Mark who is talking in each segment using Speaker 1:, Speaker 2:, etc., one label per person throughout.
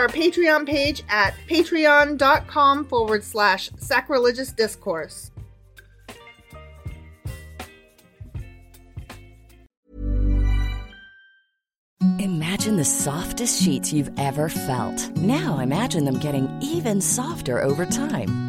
Speaker 1: our Patreon page at patreon.com forward slash sacrilegious discourse.
Speaker 2: Imagine the softest sheets you've ever felt. Now imagine them getting even softer over time.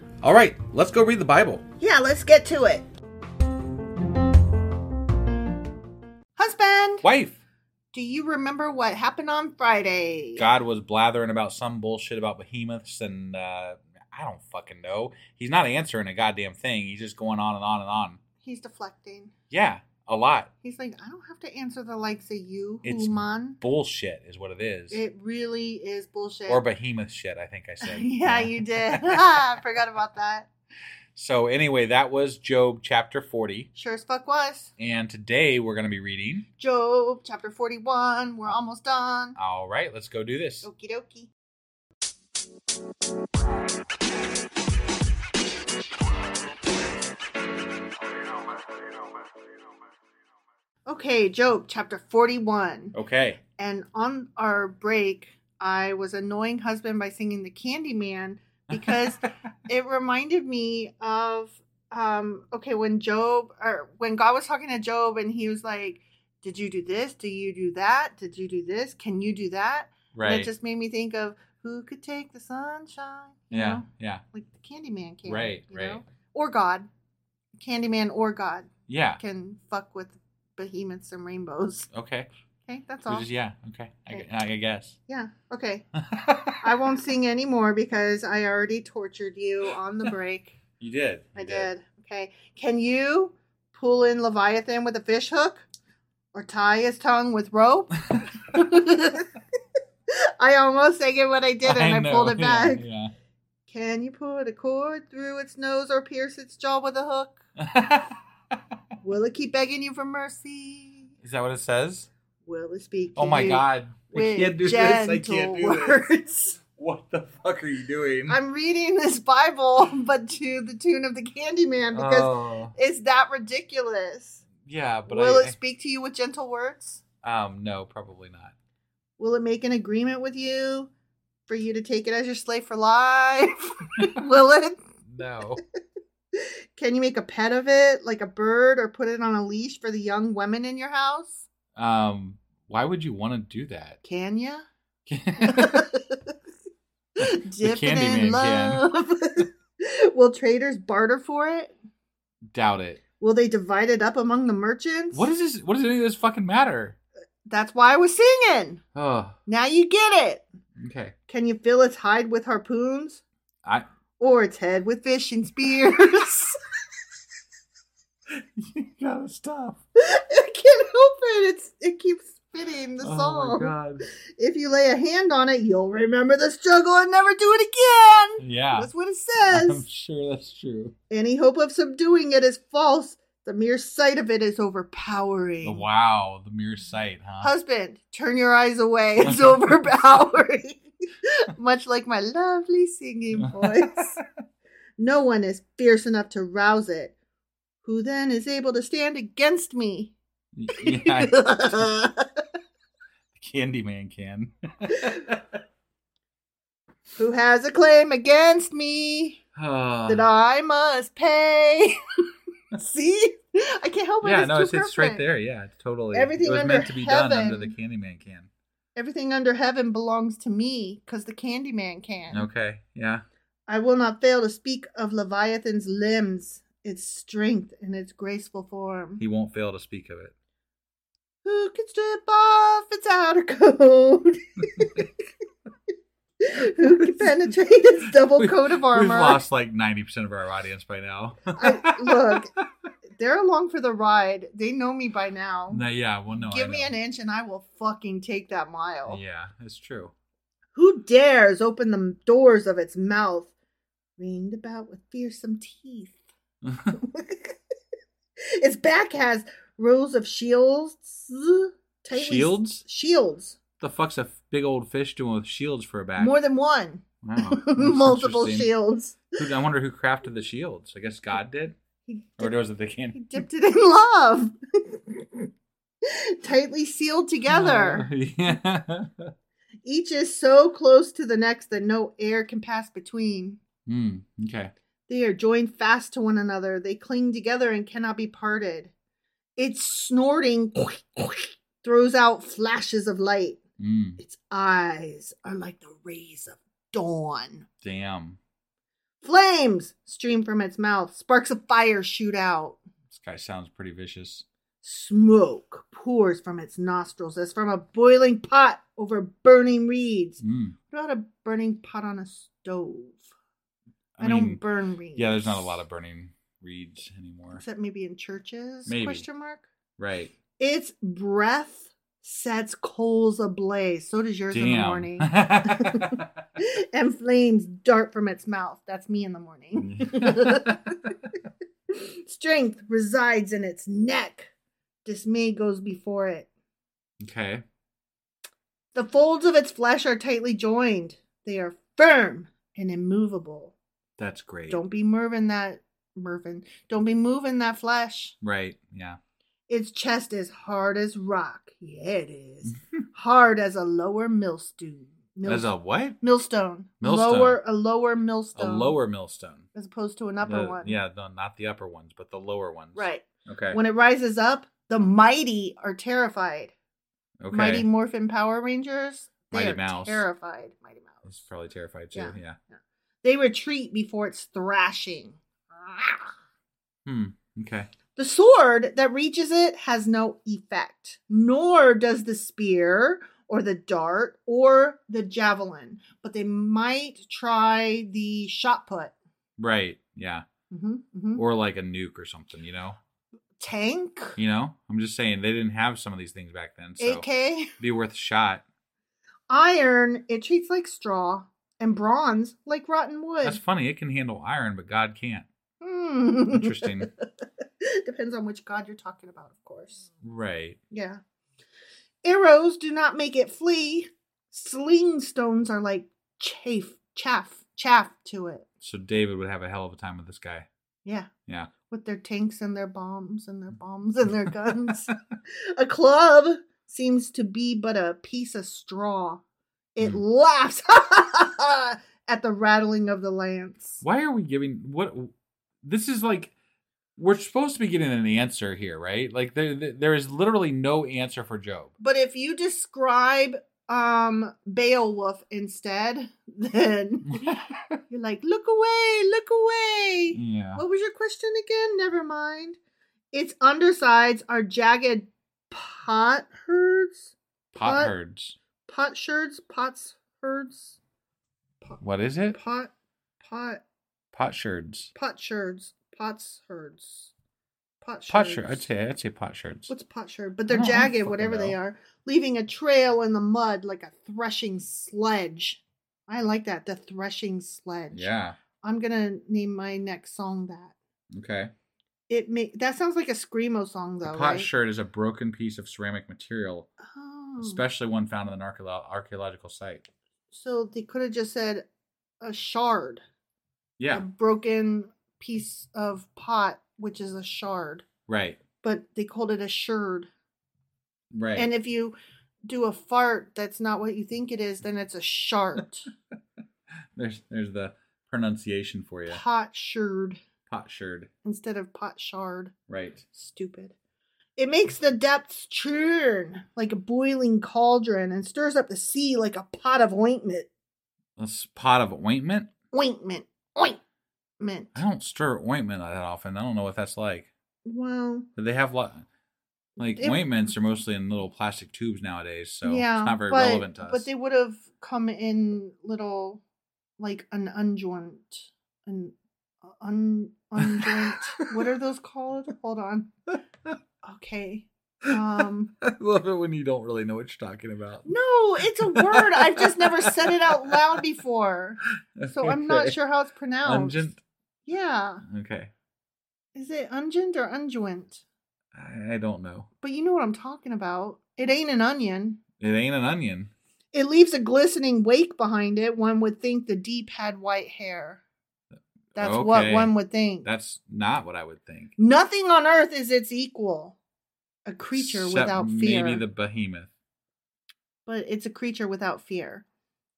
Speaker 3: All right, let's go read the Bible.
Speaker 1: Yeah, let's get to it. Husband,
Speaker 3: Wife,
Speaker 1: do you remember what happened on Friday?
Speaker 3: God was blathering about some bullshit about behemoths and uh, I don't fucking know. He's not answering a goddamn thing. He's just going on and on and on.
Speaker 1: He's deflecting.
Speaker 3: Yeah, a lot.
Speaker 1: He's like, I don't have to answer the likes of you,
Speaker 3: It's
Speaker 1: human.
Speaker 3: Bullshit is what it is.
Speaker 1: It really is bullshit.
Speaker 3: or behemoth shit, I think I said.
Speaker 1: yeah, you did. I forgot about that.
Speaker 3: so anyway, that was Job chapter 40.
Speaker 1: Sure as fuck was.
Speaker 3: And today we're going to be reading.
Speaker 1: Job chapter 41. We're almost done.
Speaker 3: All right, let's go do this.
Speaker 1: Okie dokie. Okay, Job chapter 41.
Speaker 3: Okay.
Speaker 1: And on our break, I was annoying husband by singing the Candyman because it reminded me of um okay when Job or when God was talking to Job and he was like, "Did you do this? Do you do that? Did you do this? Can you do that?" And
Speaker 3: Right.
Speaker 1: it just made me think of who could take the sunshine. you
Speaker 3: yeah.
Speaker 1: know?
Speaker 3: Yeah.
Speaker 1: like the Candyman can.
Speaker 3: Right,
Speaker 1: you
Speaker 3: right.
Speaker 1: know? Or God, Candyman or God
Speaker 3: Yeah.
Speaker 1: can fuck with behemoths and rainbows.
Speaker 3: Okay.
Speaker 1: Okay, that's
Speaker 3: We
Speaker 1: all.
Speaker 3: just- yeah. Okay. I, gu- I guess.
Speaker 1: Yeah. Okay. I won't sing anymore because I already tortured you on the break.
Speaker 3: You did.
Speaker 1: I
Speaker 3: You
Speaker 1: did. Okay. Can you pull in Leviathan with a fish hook or tie his tongue with rope? I almost sang it when I did it and I,
Speaker 3: know,
Speaker 1: pulled it
Speaker 3: yeah,
Speaker 1: back.
Speaker 3: Yeah.
Speaker 1: Can you put a cord through its nose or pierce its jaw with a hook? Will it keep begging you for mercy?
Speaker 3: Is that what it says?
Speaker 1: Will it speak? to
Speaker 3: Oh my
Speaker 1: you
Speaker 3: god.
Speaker 1: With
Speaker 3: I can't do this. I can't do
Speaker 1: gentle
Speaker 3: this.
Speaker 1: words?
Speaker 3: What the fuck are you doing?
Speaker 1: I'm reading this Bible, but to the tune of the Candyman because
Speaker 3: Oh,
Speaker 1: it's that ridiculous.
Speaker 3: yeah, but
Speaker 1: Will
Speaker 3: I,
Speaker 1: it speak to you with gentle words?
Speaker 3: I um no, probably not.
Speaker 1: Will it make an agreement with you for you to take it as your slave for life? Will it?
Speaker 3: No.
Speaker 1: Can you make a pet of it, like a bird, or put it on a leash for the young women in your house?
Speaker 3: Um why would you want to do that?
Speaker 1: Can ya? Dip it
Speaker 3: Candyman can.
Speaker 1: in love. Will traders barter for it?
Speaker 3: Doubt it.
Speaker 1: Will they divide it up among the merchants?
Speaker 3: What is this what does any of this fucking matter?
Speaker 1: That's why I was singing.
Speaker 3: Oh,
Speaker 1: Now you get it.
Speaker 3: okay.
Speaker 1: Can you fill its hide with harpoons
Speaker 3: I
Speaker 1: or its head with fishing spears?
Speaker 3: you gotta stop.
Speaker 1: it can't help it. It's it keeps spitting the
Speaker 3: Oh
Speaker 1: song.
Speaker 3: my god.
Speaker 1: If you lay a hand on it, you'll remember the struggle and never do it again.
Speaker 3: Yeah.
Speaker 1: That's what it
Speaker 3: I'm
Speaker 1: says.
Speaker 3: sure that's true.
Speaker 1: Any hope of subduing it is false. The mere sight of it is overpowering.
Speaker 3: Wow, the mere sight, huh?
Speaker 1: Husband, turn your eyes away. It's overpowering. Much like my lovely singing voice. no one is fierce enough to rouse it. Who then is able to stand against me?
Speaker 3: yeah, Candyman can.
Speaker 1: Who has a claim against me
Speaker 3: Ah.
Speaker 1: that I must pay? See? I can't help it.
Speaker 3: yeah,
Speaker 1: Oh, it's
Speaker 3: no,
Speaker 1: too
Speaker 3: it's, it's straight
Speaker 1: perfect.
Speaker 3: there. Yeah, it's totally.
Speaker 1: Everything
Speaker 3: it was
Speaker 1: under
Speaker 3: meant to be done under the Candyman can.
Speaker 1: Everything under heaven belongs to me because the Candyman can.
Speaker 3: Okay, yeah.
Speaker 1: I will not fail to speak of Leviathan's limbs, its strength, and its graceful form.
Speaker 3: He won't fail to speak of it.
Speaker 1: Who can strip off its outer coat? Who can penetrate its double
Speaker 3: We-
Speaker 1: coat of
Speaker 3: We've
Speaker 1: armor?
Speaker 3: lost like 90% of our audience by now.
Speaker 1: I, look, they're along for the ride. They know me by now.
Speaker 3: no, yeah, well, no.
Speaker 1: Give
Speaker 3: I
Speaker 1: me an
Speaker 3: know.
Speaker 1: inch and I will fucking take that mile.
Speaker 3: Yeah, it's true.
Speaker 1: Who dares open the doors of its mouth, ringed about with fearsome teeth? its back has rows of shields. Tightly
Speaker 3: Shields?
Speaker 1: Shields.
Speaker 3: the fuck's a f- big old fish doing with shields for a back?
Speaker 1: More than one.
Speaker 3: Wow, that's
Speaker 1: Multiple
Speaker 3: interesting.
Speaker 1: shields.
Speaker 3: Who, I wonder who crafted the shields. I guess God did?
Speaker 1: He
Speaker 3: Or
Speaker 1: dipped,
Speaker 3: was it the
Speaker 1: he
Speaker 3: candy?
Speaker 1: dipped it in love. Tightly sealed together.
Speaker 3: yeah. Oh.
Speaker 1: Each is so close to the next that no air can pass between.
Speaker 3: Hmm, okay.
Speaker 1: They are joined fast to one another. They cling together and cannot be parted. Its snorting throws out flashes of light.
Speaker 3: Mm,
Speaker 1: Its eyes are like the rays of dawn.
Speaker 3: damn.
Speaker 1: Flames stream from its mouth. Sparks of fire shoot out.
Speaker 3: This guy sounds pretty vicious.
Speaker 1: Smoke pours from its nostrils as from a boiling pot over burning reeds.
Speaker 3: Mm.
Speaker 1: What about a burning pot on a stove? I,
Speaker 3: mean,
Speaker 1: don't burn reeds.
Speaker 3: Yeah, there's not a lot of burning reeds anymore.
Speaker 1: except maybe in churches.
Speaker 3: Maybe.
Speaker 1: Question mark.
Speaker 3: Right.
Speaker 1: Its breath sets coals ablaze. So does yours in the morning. and flames dart from its mouth. That's me in the morning. Strength resides in its neck. Dismay goes before it.
Speaker 3: okay.
Speaker 1: The folds of its flesh are tightly joined. They are firm and immovable.
Speaker 3: That's great.
Speaker 1: Don't be moving that Mervin. Don't be moving that flesh.
Speaker 3: Right. Yeah.
Speaker 1: Its chest is hard as rock. Yeah, it is. hard as a lower millstone. Mill-
Speaker 3: As a what?
Speaker 1: millstone.
Speaker 3: Millstone.
Speaker 1: Lower a lower millstone.
Speaker 3: A lower millstone.
Speaker 1: as opposed to an upper
Speaker 3: The-
Speaker 1: one.
Speaker 3: Yeah, no, not the upper ones, but the lower ones.
Speaker 1: Right.
Speaker 3: Okay.
Speaker 1: When it rises up, the mighty are terrified.
Speaker 3: okay.
Speaker 1: Mighty Morphin Power Rangers, they
Speaker 3: Mighty
Speaker 1: are
Speaker 3: Mouse.
Speaker 1: terrified. Mighty
Speaker 3: He's
Speaker 1: Mouse.
Speaker 3: probably terrified too. Yeah.
Speaker 1: Yeah. They retreat before its thrashing.
Speaker 3: Hmm. Okay.
Speaker 1: The sword that reaches it has no effect, nor does the spear or the dart or the javelin, but they might try the shot put.
Speaker 3: Right. Yeah.
Speaker 1: hmm hmm
Speaker 3: Or like a nuke or something. You know.
Speaker 1: Tank,
Speaker 3: You know. I'm just saying they didn't have some of these things back then, so
Speaker 1: AK.
Speaker 3: be worth a shot.
Speaker 1: Iron, it treats like straw, and bronze like rotten wood.
Speaker 3: That's funny. It can handle iron, but God can't.
Speaker 1: Hmm.
Speaker 3: Interesting.
Speaker 1: Depends on which god you're talking about, of course.
Speaker 3: right.
Speaker 1: Yeah. Arrows do not make it flee. Sling stones are like chaff, chaff, chaff to it.
Speaker 3: So David would have a hell of a time with this guy.
Speaker 1: Yeah.
Speaker 3: Yeah. Mm.
Speaker 1: With their tanks and their bombs and their bombs and their guns. a club seems to be but a piece of straw. It
Speaker 3: Hmm.
Speaker 1: laughs at the rattling of the lance.
Speaker 3: Why are we giving what? This is like we're supposed to be getting an answer here, right? Like there, there- there is literally no answer for Job.
Speaker 1: But if you describe um Beowulf instead, then you're like, look away, look away.
Speaker 3: yeah.
Speaker 1: What was your question again? Never mind. Its undersides are jagged pot herds,
Speaker 3: Pot
Speaker 1: Pot-
Speaker 3: herds.
Speaker 1: pot sherds, pots herds,
Speaker 3: What is it?
Speaker 1: pot, pot,
Speaker 3: Pot sherds.
Speaker 1: pot sherds, pots herds, pot
Speaker 3: Pot
Speaker 1: sherds.
Speaker 3: sherd. I'd say I'd say pot sherds.
Speaker 1: What's pot shard? But
Speaker 3: I
Speaker 1: they're
Speaker 3: don't- I don't
Speaker 1: jagged,
Speaker 3: fucking
Speaker 1: whatever they
Speaker 3: know.
Speaker 1: are, leaving a trail in the mud like a threshing sledge. I like that, the threshing sledge.
Speaker 3: yeah.
Speaker 1: I'm gonna name my next song that.
Speaker 3: Okay.
Speaker 1: It may that sounds like a screamo song though.
Speaker 3: a pot
Speaker 1: right?
Speaker 3: sherd is a broken piece of ceramic material,
Speaker 1: Oh.
Speaker 3: especially one found in an archeolo- archaeological site.
Speaker 1: so they could have just said a shard, a
Speaker 3: Yeah.
Speaker 1: broken piece of pot, which is a shard,
Speaker 3: Right.
Speaker 1: but they called it a sherd.
Speaker 3: Right.
Speaker 1: And if you do a fart that's not what you think it is, then it's a shart.
Speaker 3: there's there's the pronunciation for you.
Speaker 1: Pot shard.
Speaker 3: Pot sherd.
Speaker 1: instead of pot shard.
Speaker 3: Right.
Speaker 1: Stupid. It makes the depths churn like a boiling cauldron and stirs up the sea like a pot of ointment.
Speaker 3: A s- pot of ointment.
Speaker 1: Ointment. Ointment.
Speaker 3: I don't stir ointment that often. I don't know what that's like.
Speaker 1: Well,
Speaker 3: Do they have lo- like
Speaker 1: It-
Speaker 3: ointments are mostly in little plastic tubes nowadays, so
Speaker 1: yeah,
Speaker 3: it's not very
Speaker 1: but,
Speaker 3: relevant to us.
Speaker 1: But they would have come in little, like an unjoint, an uh, un unjoint. what are those called? Hold on. Okay. Um.
Speaker 3: I love it when you don't really know what you're talking about.
Speaker 1: No, it's a word. I've just never said it out loud before. So I'm not
Speaker 3: Okay.
Speaker 1: sure how it's pronounced.
Speaker 3: Ungent.
Speaker 1: Yeah.
Speaker 3: Okay.
Speaker 1: Is it ungent or unguent?
Speaker 3: I I don't know.
Speaker 1: But you know what I'm talking about. It ain't an onion.
Speaker 3: It ain't an onion.
Speaker 1: It leaves a glistening wake behind it. One would think the deep had white hair. That's what
Speaker 3: Okay.
Speaker 1: one would think.
Speaker 3: That's not what I would think.
Speaker 1: Nothing on earth is its equal. A creature
Speaker 3: Except
Speaker 1: without fear.
Speaker 3: Maybe the behemoth.
Speaker 1: But it's a creature without fear.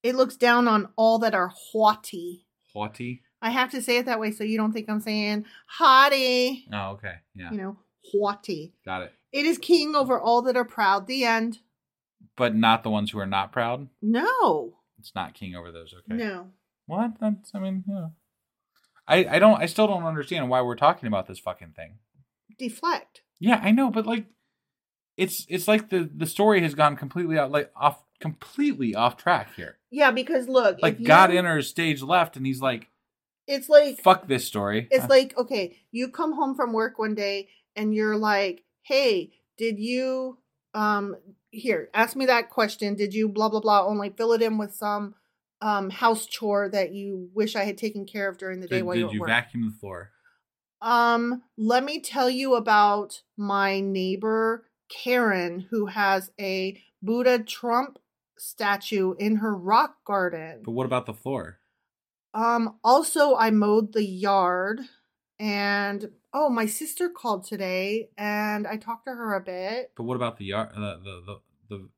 Speaker 1: It looks down on all that are haughty.
Speaker 3: Haughty.
Speaker 1: I have to say it that way so you don't think I'm saying haughty,
Speaker 3: Oh, okay. Yeah.
Speaker 1: you know, haughty.
Speaker 3: Got it.
Speaker 1: It is king over all that are proud. The end.
Speaker 3: But not the ones who are not proud.
Speaker 1: No.
Speaker 3: It's not king over those. Okay.
Speaker 1: No.
Speaker 3: Well, that- that's, I mean, yeah. I, I don't, I still don't understand why we're talking about this fucking thing.
Speaker 1: Deflect.
Speaker 3: Yeah, I know, but like, it's, it's like the, the story has gone completely out, like off, completely off track here.
Speaker 1: Yeah, because look,
Speaker 3: Like
Speaker 1: if
Speaker 3: God
Speaker 1: you-
Speaker 3: enters stage left and he's like,
Speaker 1: It's like
Speaker 3: fuck this story. Ah,
Speaker 1: it's like okay, you come home from work one day and you're like, "Hey, did you um here, ask me that question. Did you blah blah blah only fill it in with some um house chore that you wish I had taken care of during the
Speaker 3: did,
Speaker 1: day while
Speaker 3: did
Speaker 1: you were at
Speaker 3: you
Speaker 1: work?"
Speaker 3: vacuum the floor?
Speaker 1: Um, let me tell you about my neighbor Karen, who has a Buddha Trump statue in her rock garden.
Speaker 3: But what about the floor?
Speaker 1: Um, also I mowed the yard and oh, my sister called today and I talked to her a bit.
Speaker 3: But what about the yard? Uh, the, the the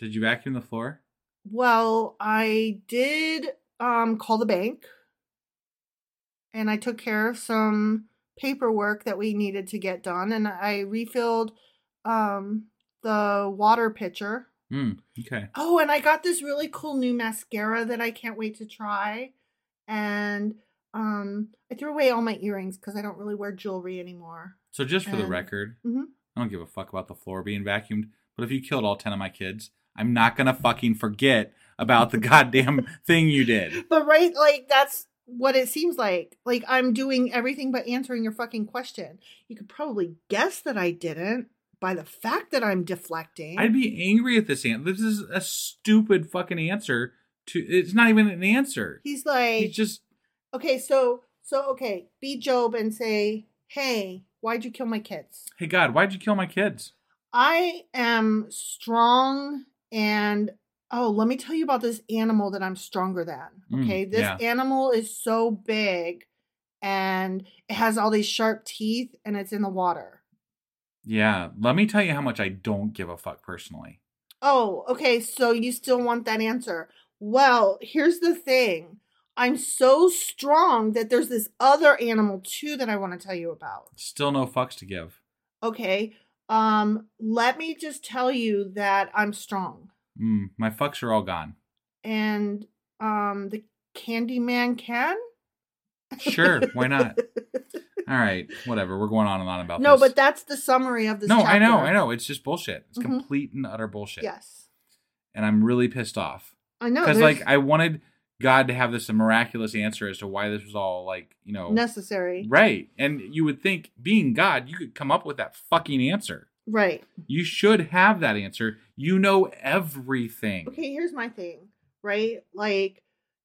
Speaker 3: did you vacuum the floor?
Speaker 1: Well, I did um call the bank and I took care of some paperwork that we needed to get done and I refilled um the water pitcher.
Speaker 3: Mm, okay.
Speaker 1: Oh, and I got this really cool new mascara that I can't wait to try. And um I threw away all my earrings cuz I don't really wear jewelry anymore.
Speaker 3: So just for the
Speaker 1: Um,
Speaker 3: record,
Speaker 1: mhm.
Speaker 3: I don't give a fuck about the floor being vacuumed. But if you killed all ten of my kids, I'm not gonna fucking forget about the goddamn thing you did.
Speaker 1: But right, like that's what it seems like. Like I'm doing everything but answering your fucking question. You could probably guess that I didn't. by the fact that I'm deflecting.
Speaker 3: I'd be angry at this answer. This is a stupid fucking answer. To it's not even an answer.
Speaker 1: He's like,
Speaker 3: He's just
Speaker 1: okay, so so okay, be Job and say, hey, why'd you kill my kids?
Speaker 3: hey God, why'd you kill my kids?
Speaker 1: I am strong and oh, let me tell you about this animal that I'm stronger than.
Speaker 3: Mm,
Speaker 1: Okay. this
Speaker 3: yeah.
Speaker 1: animal is so big and it has all these sharp teeth and it's in the water.
Speaker 3: Yeah, let me tell you how much I don't give a fuck personally.
Speaker 1: Oh, okay. So you still want that answer. Well, here's the thing. I'm so strong that there's this other animal too that I want to tell you about.
Speaker 3: Still no fucks to give.
Speaker 1: Okay. Um, let me just tell you that I'm strong.
Speaker 3: Mm, my fucks are all gone.
Speaker 1: and um the Candyman can.
Speaker 3: Sure, why not? All right, whatever. We're going on and on about
Speaker 1: no,
Speaker 3: this.
Speaker 1: but that's the summary of this.
Speaker 3: no, I know,
Speaker 1: chapter.
Speaker 3: I know. It's just bullshit. It's
Speaker 1: Mhm.
Speaker 3: complete and utter bullshit.
Speaker 1: Yes,
Speaker 3: and I'm really pissed off
Speaker 1: I know.
Speaker 3: because
Speaker 1: there's
Speaker 3: like I wanted God to have this miraculous answer as to why this was all like you know
Speaker 1: necessary,
Speaker 3: right, and you would think being God you could come up with that fucking answer.
Speaker 1: right?
Speaker 3: You should have that answer. You know everything.
Speaker 1: Okay, here's my thing, right? Like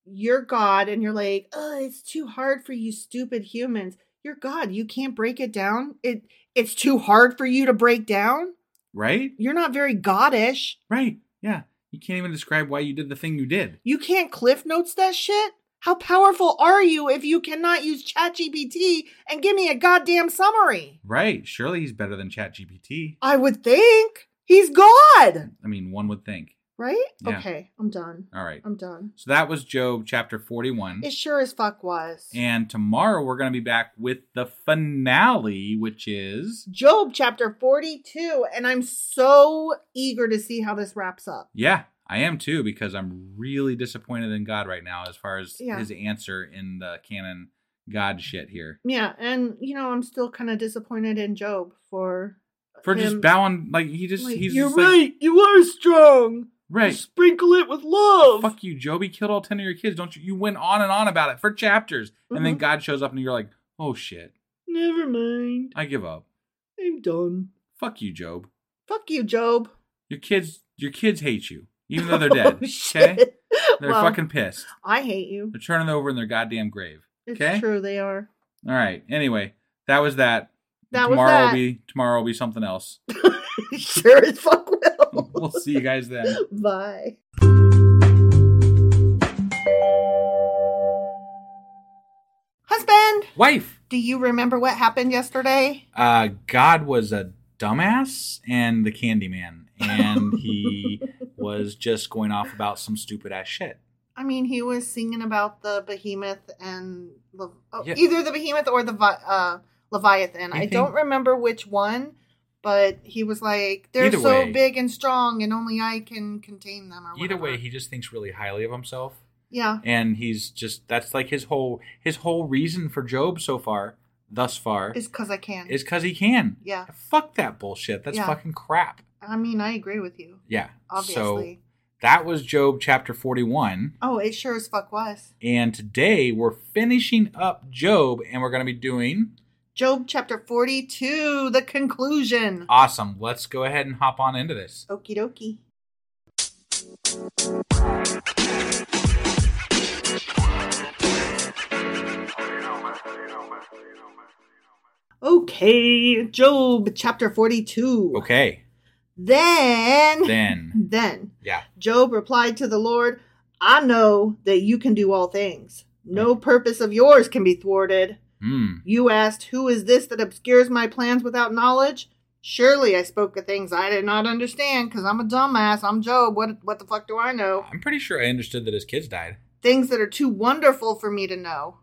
Speaker 1: you're God, and you're like, oh, it's too hard for you, stupid humans. You're God. You can't break it down. It it's too hard for you to break down.
Speaker 3: Right,
Speaker 1: You're not very goddish.
Speaker 3: right, yeah. You can't even describe why you did the thing you did.
Speaker 1: You can't cliff notes that shit? How powerful are you if you cannot use ChatGPT and give me a goddamn summary?
Speaker 3: Right, surely he's better than ChatGPT.
Speaker 1: I would think he's God,
Speaker 3: I mean, one would think.
Speaker 1: right?
Speaker 3: Yeah.
Speaker 1: Okay, I'm done.
Speaker 3: All right. Mm-hmm.
Speaker 1: I'm done.
Speaker 3: So that was Job chapter 41.
Speaker 1: It sure as fuck was.
Speaker 3: And tomorrow we're going to be back with the finale, which is,
Speaker 1: Job chapter 42, and I'm so eager to see how this wraps up.
Speaker 3: yeah, I am too, because I'm really disappointed in God right now as far as
Speaker 1: Yeah.
Speaker 3: his answer in the canon God shit here.
Speaker 1: Yeah, and you know, I'm still kind of disappointed in Job for
Speaker 3: For
Speaker 1: him-
Speaker 3: just bowing, like, he just,
Speaker 1: like,
Speaker 3: he's
Speaker 1: You're
Speaker 3: just
Speaker 1: right,
Speaker 3: like,
Speaker 1: you are strong.
Speaker 3: right.
Speaker 1: Sprinkle it with love.
Speaker 3: Fuck you, Joby killed all 10 of your kids. Don't you? You went on and on about it for chapters. And then
Speaker 1: Mhm.
Speaker 3: God shows up and you're like, oh shit,
Speaker 1: Never mind.
Speaker 3: I give up.
Speaker 1: I'm done.
Speaker 3: Fuck you, Job.
Speaker 1: Fuck you, Job.
Speaker 3: Your kids, your kids hate you, even though they're dead.
Speaker 1: Oh,
Speaker 3: Okay?
Speaker 1: shit.
Speaker 3: They're
Speaker 1: Well,
Speaker 3: fucking pissed.
Speaker 1: I hate you.
Speaker 3: They're turning over in their goddamn grave.
Speaker 1: It's
Speaker 3: okay.
Speaker 1: true. They are.
Speaker 3: All right. Anyway, that was that.
Speaker 1: That was
Speaker 3: tomorrow
Speaker 1: that.
Speaker 3: will be tomorrow will be something else.
Speaker 1: sure as fuck will.
Speaker 3: we'll see you guys then.
Speaker 1: Bye. Husband,
Speaker 3: Wife.
Speaker 1: do you remember what happened yesterday?
Speaker 3: Uh, God was a dumbass and the Candyman, and he was just going off about some stupid ass shit.
Speaker 1: I mean, he was singing about the behemoth and Le- oh,
Speaker 3: Yeah. Mm-hmm.
Speaker 1: either the behemoth or the vi- uh, leviathan. I
Speaker 3: Anything-
Speaker 1: don't remember which one, but he was like, "They're
Speaker 3: Either
Speaker 1: so
Speaker 3: way-
Speaker 1: big and strong, and only I can contain them." Or
Speaker 3: Either way,
Speaker 1: whatever.
Speaker 3: he just thinks really highly of himself,
Speaker 1: yeah,
Speaker 3: and he's just that's like his whole his whole reason for Job so far, thus far,
Speaker 1: it's because I can.
Speaker 3: is because he can.
Speaker 1: Yeah.
Speaker 3: Fuck that bullshit. That's
Speaker 1: Yeah.
Speaker 3: fucking crap.
Speaker 1: I mean, I agree with you.
Speaker 3: Yeah.
Speaker 1: Obviously.
Speaker 3: So that was Job chapter 41.
Speaker 1: Oh, it sure as fuck was.
Speaker 3: And today we're finishing up Job and we're going to be doing
Speaker 1: Job chapter 42, the conclusion.
Speaker 3: awesome. Let's go ahead and hop on into this.
Speaker 1: Okie dokie. Okay, Job chapter 42.
Speaker 3: Okay.
Speaker 1: Then,
Speaker 3: Then,
Speaker 1: then,
Speaker 3: yeah.
Speaker 1: Job replied to the Lord, I know that you can do all things. No purpose of yours can be thwarted.
Speaker 3: Mm.
Speaker 1: You asked, Who is this that obscures my plans without knowledge? Surely I spoke of things I did not understand, because I'm a dumbass. I'm Job. What, what the fuck do I know?
Speaker 3: I'm pretty sure I understood that his kids died.
Speaker 1: Things that are too wonderful for me to know.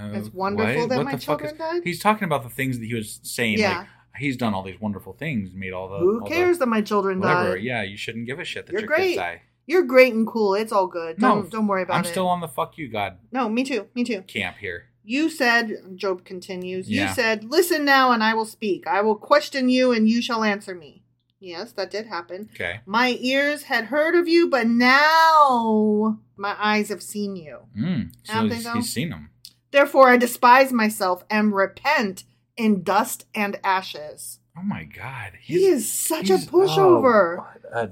Speaker 3: Uh,
Speaker 1: It's wonderful that my children died?
Speaker 3: He's talking about the things that he was saying.
Speaker 1: Yeah.
Speaker 3: Like, he's done all these wonderful things, made all the.
Speaker 1: Who
Speaker 3: all the
Speaker 1: cares that my children
Speaker 3: Whatever.
Speaker 1: died?
Speaker 3: Yeah, you shouldn't give a shit that
Speaker 1: You're
Speaker 3: your
Speaker 1: great.
Speaker 3: kids die.
Speaker 1: You're great and cool. It's all good. Don't,
Speaker 3: no,
Speaker 1: don't worry about
Speaker 3: I'm
Speaker 1: it.
Speaker 3: still on the fuck you God
Speaker 1: no, me too. Me too.
Speaker 3: camp here.
Speaker 1: You said, Job continues,
Speaker 3: Yeah.
Speaker 1: you said, Listen now and I will speak. I will question you and you shall answer me. Yes, that did happen.
Speaker 3: Okay.
Speaker 1: My ears had heard of you, but now my eyes have seen you.
Speaker 3: Mm. So
Speaker 1: Don't they
Speaker 3: he's,
Speaker 1: though?
Speaker 3: he's seen them.
Speaker 1: Therefore, I despise myself and repent in dust and ashes.
Speaker 3: Oh my god,
Speaker 1: He is such a
Speaker 3: oh,
Speaker 1: pushover.
Speaker 4: Oh,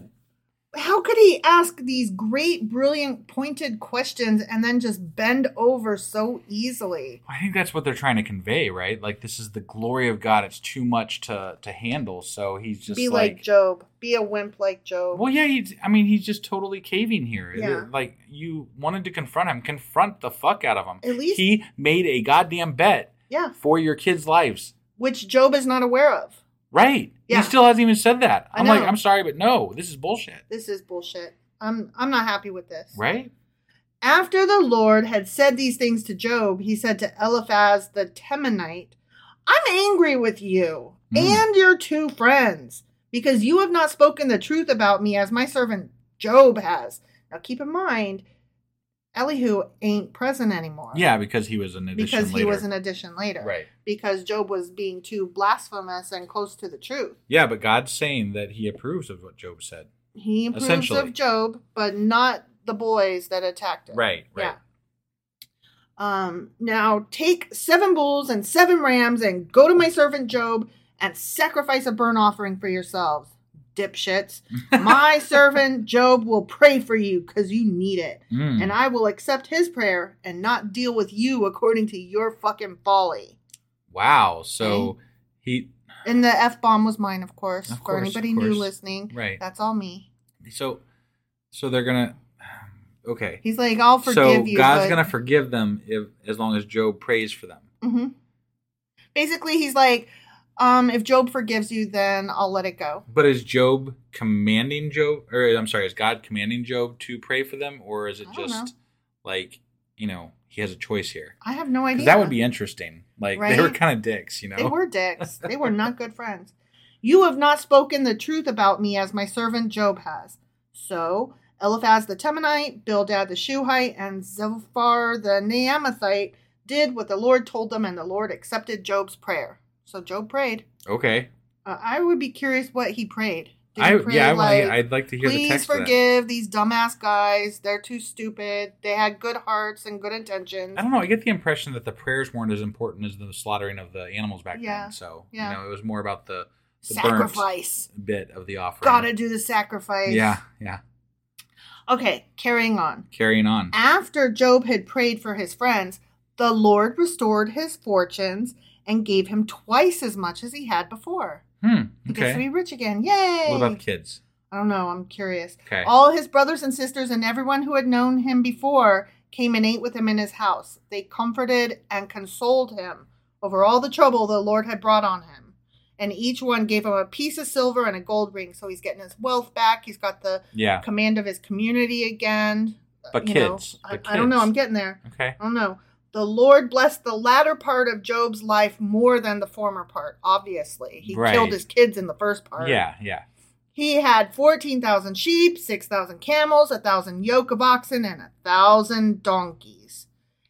Speaker 1: How could he ask these great, brilliant, pointed questions and then just bend over so easily?
Speaker 3: I think that's what they're trying to convey, right? Like this is the glory of God. It's too much to to handle. So he's just
Speaker 1: Be like,
Speaker 3: like,
Speaker 1: Job. Be a wimp like Job.
Speaker 3: well, yeah. He's, I mean, he's just totally caving here.
Speaker 1: Yeah.
Speaker 3: Like you wanted to confront him, confront the fuck out of him.
Speaker 1: At least-
Speaker 3: he made a goddamn bet
Speaker 1: yeah,
Speaker 3: for your kids' lives,
Speaker 1: which Job is not aware of.
Speaker 3: right?
Speaker 1: Yeah.
Speaker 3: He still hasn't even said that.
Speaker 1: I
Speaker 3: I'm like,
Speaker 1: know.
Speaker 3: I'm sorry, but no, this is bullshit,
Speaker 1: This is bullshit. I'm I'm not happy with this.
Speaker 3: right?
Speaker 1: After the Lord had said these things to Job, he said to Eliphaz the Temanite, I'm angry with you
Speaker 3: Hmm.
Speaker 1: and your two friends because you have not spoken the truth about me as my servant Job has. Now keep in mind, Elihu ain't present anymore.
Speaker 3: Yeah, because he was an addition
Speaker 1: Because he
Speaker 3: later.
Speaker 1: was an addition later.
Speaker 3: Right.
Speaker 1: Because Job was being too blasphemous and close to the truth.
Speaker 3: yeah, but God's saying that he approves of what Job said.
Speaker 1: He approves
Speaker 3: Essentially.
Speaker 1: of Job, but not the boys that attacked him.
Speaker 3: Right, right.
Speaker 1: Yeah. Um, now take seven bulls and seven rams and go to my servant Job and sacrifice a burnt offering for yourselves, dipshits. my servant Job will pray for you because you need it.
Speaker 3: Mm.
Speaker 1: And I will accept his prayer and not deal with you according to your fucking folly.
Speaker 3: Wow. So he
Speaker 1: And the F bomb was mine, of course,
Speaker 3: Of
Speaker 1: for
Speaker 3: course,
Speaker 1: anybody
Speaker 3: of
Speaker 1: new
Speaker 3: course.
Speaker 1: listening.
Speaker 3: Right.
Speaker 1: That's all me.
Speaker 3: So, so they're gonna. Okay.
Speaker 1: He's like, I'll forgive
Speaker 3: so
Speaker 1: you.
Speaker 3: God's
Speaker 1: but-
Speaker 3: gonna forgive them if, as long as Job prays for them.
Speaker 1: hmm Basically, he's like, um, if Job forgives you, then I'll let it go.
Speaker 3: But is Job commanding Job, or I'm sorry, is God commanding Job to pray for them, or is it
Speaker 1: I don't
Speaker 3: just like you know he has a choice here?
Speaker 1: I have no
Speaker 3: 'Cause
Speaker 1: idea.
Speaker 3: that would be interesting. Like they were
Speaker 1: Right?
Speaker 3: kind of dicks, you know.
Speaker 1: They were dicks. they were not good friends. You have not spoken the truth about me as my servant Job has. So Eliphaz the Temanite, Bildad the Shuhite, and Zophar the Naamathite did what the Lord told them, and the Lord accepted Job's prayer. So Job prayed.
Speaker 3: Okay.
Speaker 1: Uh, I would be curious what he prayed. Did he
Speaker 3: I
Speaker 1: pray,
Speaker 3: yeah, I wanna,
Speaker 1: like,
Speaker 3: I'd like to hear
Speaker 1: Please
Speaker 3: the text. of that.
Speaker 1: forgive these dumbass guys. They're too stupid. They had good hearts and good intentions.
Speaker 3: I don't know. I get the impression that the prayers weren't as important as the slaughtering of the animals back
Speaker 1: Yeah.
Speaker 3: then. So
Speaker 1: Yeah.
Speaker 3: you know, it was more about the, the burnt
Speaker 1: Sacrifice.
Speaker 3: bit of the offering.
Speaker 1: Gotta do the sacrifice.
Speaker 3: Yeah, yeah.
Speaker 1: Okay, carrying on.
Speaker 3: Carrying on.
Speaker 1: After Job had prayed for his friends, the Lord restored his fortunes and gave him twice as much as he had before.
Speaker 3: Hmm.
Speaker 1: He gets to be
Speaker 3: Okay.
Speaker 1: rich again. Yay!
Speaker 3: What about the kids?
Speaker 1: I don't know. I'm curious.
Speaker 3: Okay.
Speaker 1: All his brothers and sisters and everyone who had known him before came and ate with him in his house. They comforted and consoled him over all the trouble the Lord had brought on him. And each one gave him a piece of silver and a gold ring. So he's getting his wealth back. He's got the
Speaker 3: Yeah.
Speaker 1: command of his community again. Uh,
Speaker 3: But
Speaker 1: You know,
Speaker 3: kids,
Speaker 1: I,
Speaker 3: but
Speaker 1: I don't know.
Speaker 3: kids.
Speaker 1: I'm getting there.
Speaker 3: Okay.
Speaker 1: I don't know. The Lord blessed the latter part of Job's life more than the former part, obviously. He
Speaker 3: Right.
Speaker 1: killed his kids in the first part.
Speaker 3: Yeah, yeah.
Speaker 1: He had 14,000 sheep, 6,000 camels, a 1,000 yoke of oxen, and a 1,000 donkeys.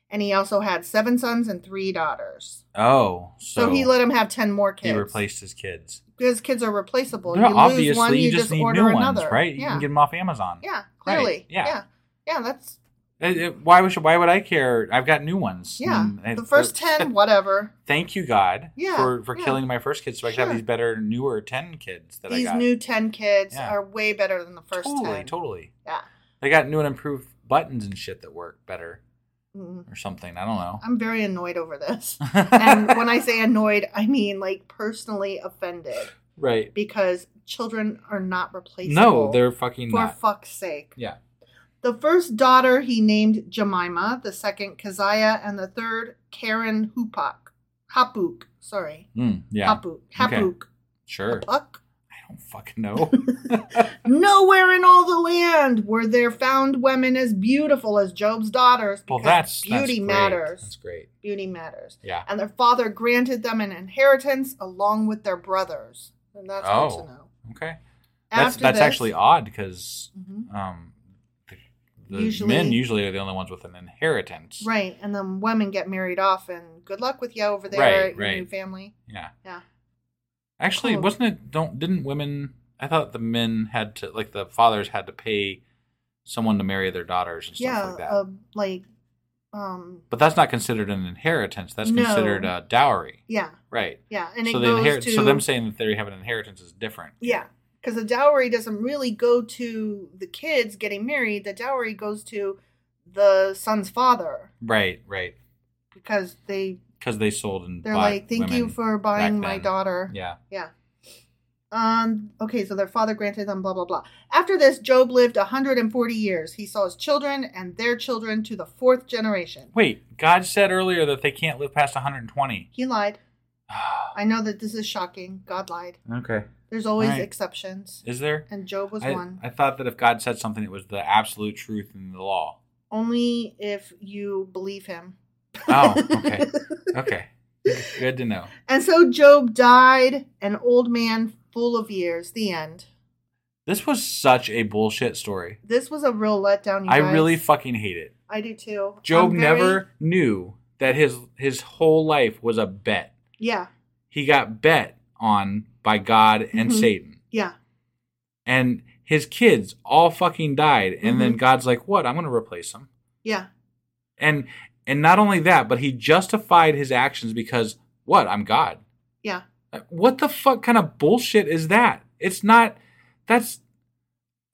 Speaker 1: And he also had seven sons and three daughters.
Speaker 3: Oh,
Speaker 1: So,
Speaker 3: so,
Speaker 1: he let him have 10 more kids.
Speaker 3: He replaced his kids.
Speaker 1: His kids are replaceable.
Speaker 3: They're
Speaker 1: you lose
Speaker 3: obviously,
Speaker 1: one,
Speaker 3: you, just, need
Speaker 1: order
Speaker 3: new
Speaker 1: another.
Speaker 3: ones, right? You
Speaker 1: Yeah.
Speaker 3: can get them off Amazon.
Speaker 1: yeah,
Speaker 3: Right,
Speaker 1: clearly.
Speaker 3: yeah.
Speaker 1: yeah. Yeah, that's,
Speaker 3: It- it- why should, Why would I care? I've got new ones.
Speaker 1: yeah.
Speaker 3: Mm, it-
Speaker 1: the first
Speaker 3: it-
Speaker 1: 10, whatever.
Speaker 3: Thank you, God,
Speaker 1: Yeah,
Speaker 3: for for
Speaker 1: yeah.
Speaker 3: killing my first kids, so I could
Speaker 1: Sure.
Speaker 3: have these better, newer ten kids that
Speaker 1: These
Speaker 3: I got.
Speaker 1: new 10 kids
Speaker 3: Yeah.
Speaker 1: are way better than the first
Speaker 3: totally,
Speaker 1: 10.
Speaker 3: totally.
Speaker 1: Yeah.
Speaker 3: They got new and improved buttons and shit that work better
Speaker 1: Mm.
Speaker 3: or something. I don't know.
Speaker 1: I'm very annoyed over this. and when I say annoyed, I mean like personally offended.
Speaker 3: right.
Speaker 1: because children are not replaceable.
Speaker 3: No, they're fucking
Speaker 1: for
Speaker 3: not.
Speaker 1: fuck's sake.
Speaker 3: yeah.
Speaker 1: The first daughter he named Jemima, the second Keziah, and the third Karen Hupak. Hapuk, sorry.
Speaker 3: Mm, yeah.
Speaker 1: Hapuk. Hapuk.
Speaker 3: Sure.
Speaker 1: Puck?
Speaker 3: I don't fucking know.
Speaker 1: Nowhere in all the land were there found women as beautiful as Job's daughters.
Speaker 3: well,
Speaker 1: because
Speaker 3: that's that's
Speaker 1: beauty
Speaker 3: great.
Speaker 1: matters.
Speaker 3: That's great.
Speaker 1: Beauty matters.
Speaker 3: Yeah.
Speaker 1: And their father granted them an inheritance along with their brothers. And that's good
Speaker 3: Oh.
Speaker 1: to know.
Speaker 3: Okay. That's
Speaker 1: After
Speaker 3: that's
Speaker 1: this-
Speaker 3: actually odd because
Speaker 1: Mhm.
Speaker 3: um, the, the
Speaker 1: Usually-
Speaker 3: men usually are the only ones with an inheritance.
Speaker 1: Right, and then women get married off, and good luck with you over there,
Speaker 3: Right,
Speaker 1: at your
Speaker 3: right.
Speaker 1: new family.
Speaker 3: Yeah.
Speaker 1: Yeah,
Speaker 3: Actually,
Speaker 1: Cool.
Speaker 3: wasn't it? Don't didn't women? I thought the men had to like the fathers had to pay someone to marry their daughters and stuff
Speaker 1: yeah,
Speaker 3: like that.
Speaker 1: uh, like um
Speaker 3: But that's not considered an inheritance. That's
Speaker 1: No.
Speaker 3: considered a dowry,
Speaker 1: yeah
Speaker 3: right?
Speaker 1: yeah and it
Speaker 3: so
Speaker 1: goes
Speaker 3: inherit-
Speaker 1: to
Speaker 3: so them saying that they have an inheritance is different.
Speaker 1: yeah because the dowry doesn't really go to the kids getting married the dowry goes to the son's father
Speaker 3: Right, right.
Speaker 1: because they
Speaker 3: Because they sold and
Speaker 1: they're
Speaker 3: bought
Speaker 1: like thank you
Speaker 3: women
Speaker 1: for buying
Speaker 3: back
Speaker 1: my
Speaker 3: then."
Speaker 1: daughter
Speaker 3: Yeah.
Speaker 1: Yeah. Um, okay, so their father granted them blah blah blah. After this, Job lived 140 years. He saw his children and their children to the fourth generation.
Speaker 3: Wait, God said earlier that they can't live past 120.
Speaker 1: He lied. I know that this is shocking. God lied.
Speaker 3: Okay.
Speaker 1: There's always
Speaker 3: Right.
Speaker 1: exceptions.
Speaker 3: Is there?
Speaker 1: And Job was
Speaker 3: I,
Speaker 1: one.
Speaker 3: I thought that if God said something, it was the absolute truth in the law.
Speaker 1: Only if you believe him.
Speaker 3: Oh, okay. okay. Good to know.
Speaker 1: And so Job died an old man full of years. The end.
Speaker 3: This was such a bullshit story.
Speaker 1: This was a real letdown. You
Speaker 3: I
Speaker 1: guys.
Speaker 3: really fucking hate it.
Speaker 1: I do too.
Speaker 3: Job
Speaker 1: I'm very-
Speaker 3: never knew that his his whole life was a bet.
Speaker 1: Yeah,
Speaker 3: He got bet on by God and
Speaker 1: Mhm.
Speaker 3: Satan.
Speaker 1: yeah,
Speaker 3: And his kids all fucking died and
Speaker 1: Mm-hmm.
Speaker 3: then God's like, "What? I'm going to replace them."
Speaker 1: yeah,
Speaker 3: And and not only that, but he justified his actions because what? I'm God.
Speaker 1: yeah.
Speaker 3: Like, What the fuck kind of bullshit is that? It's not. That's.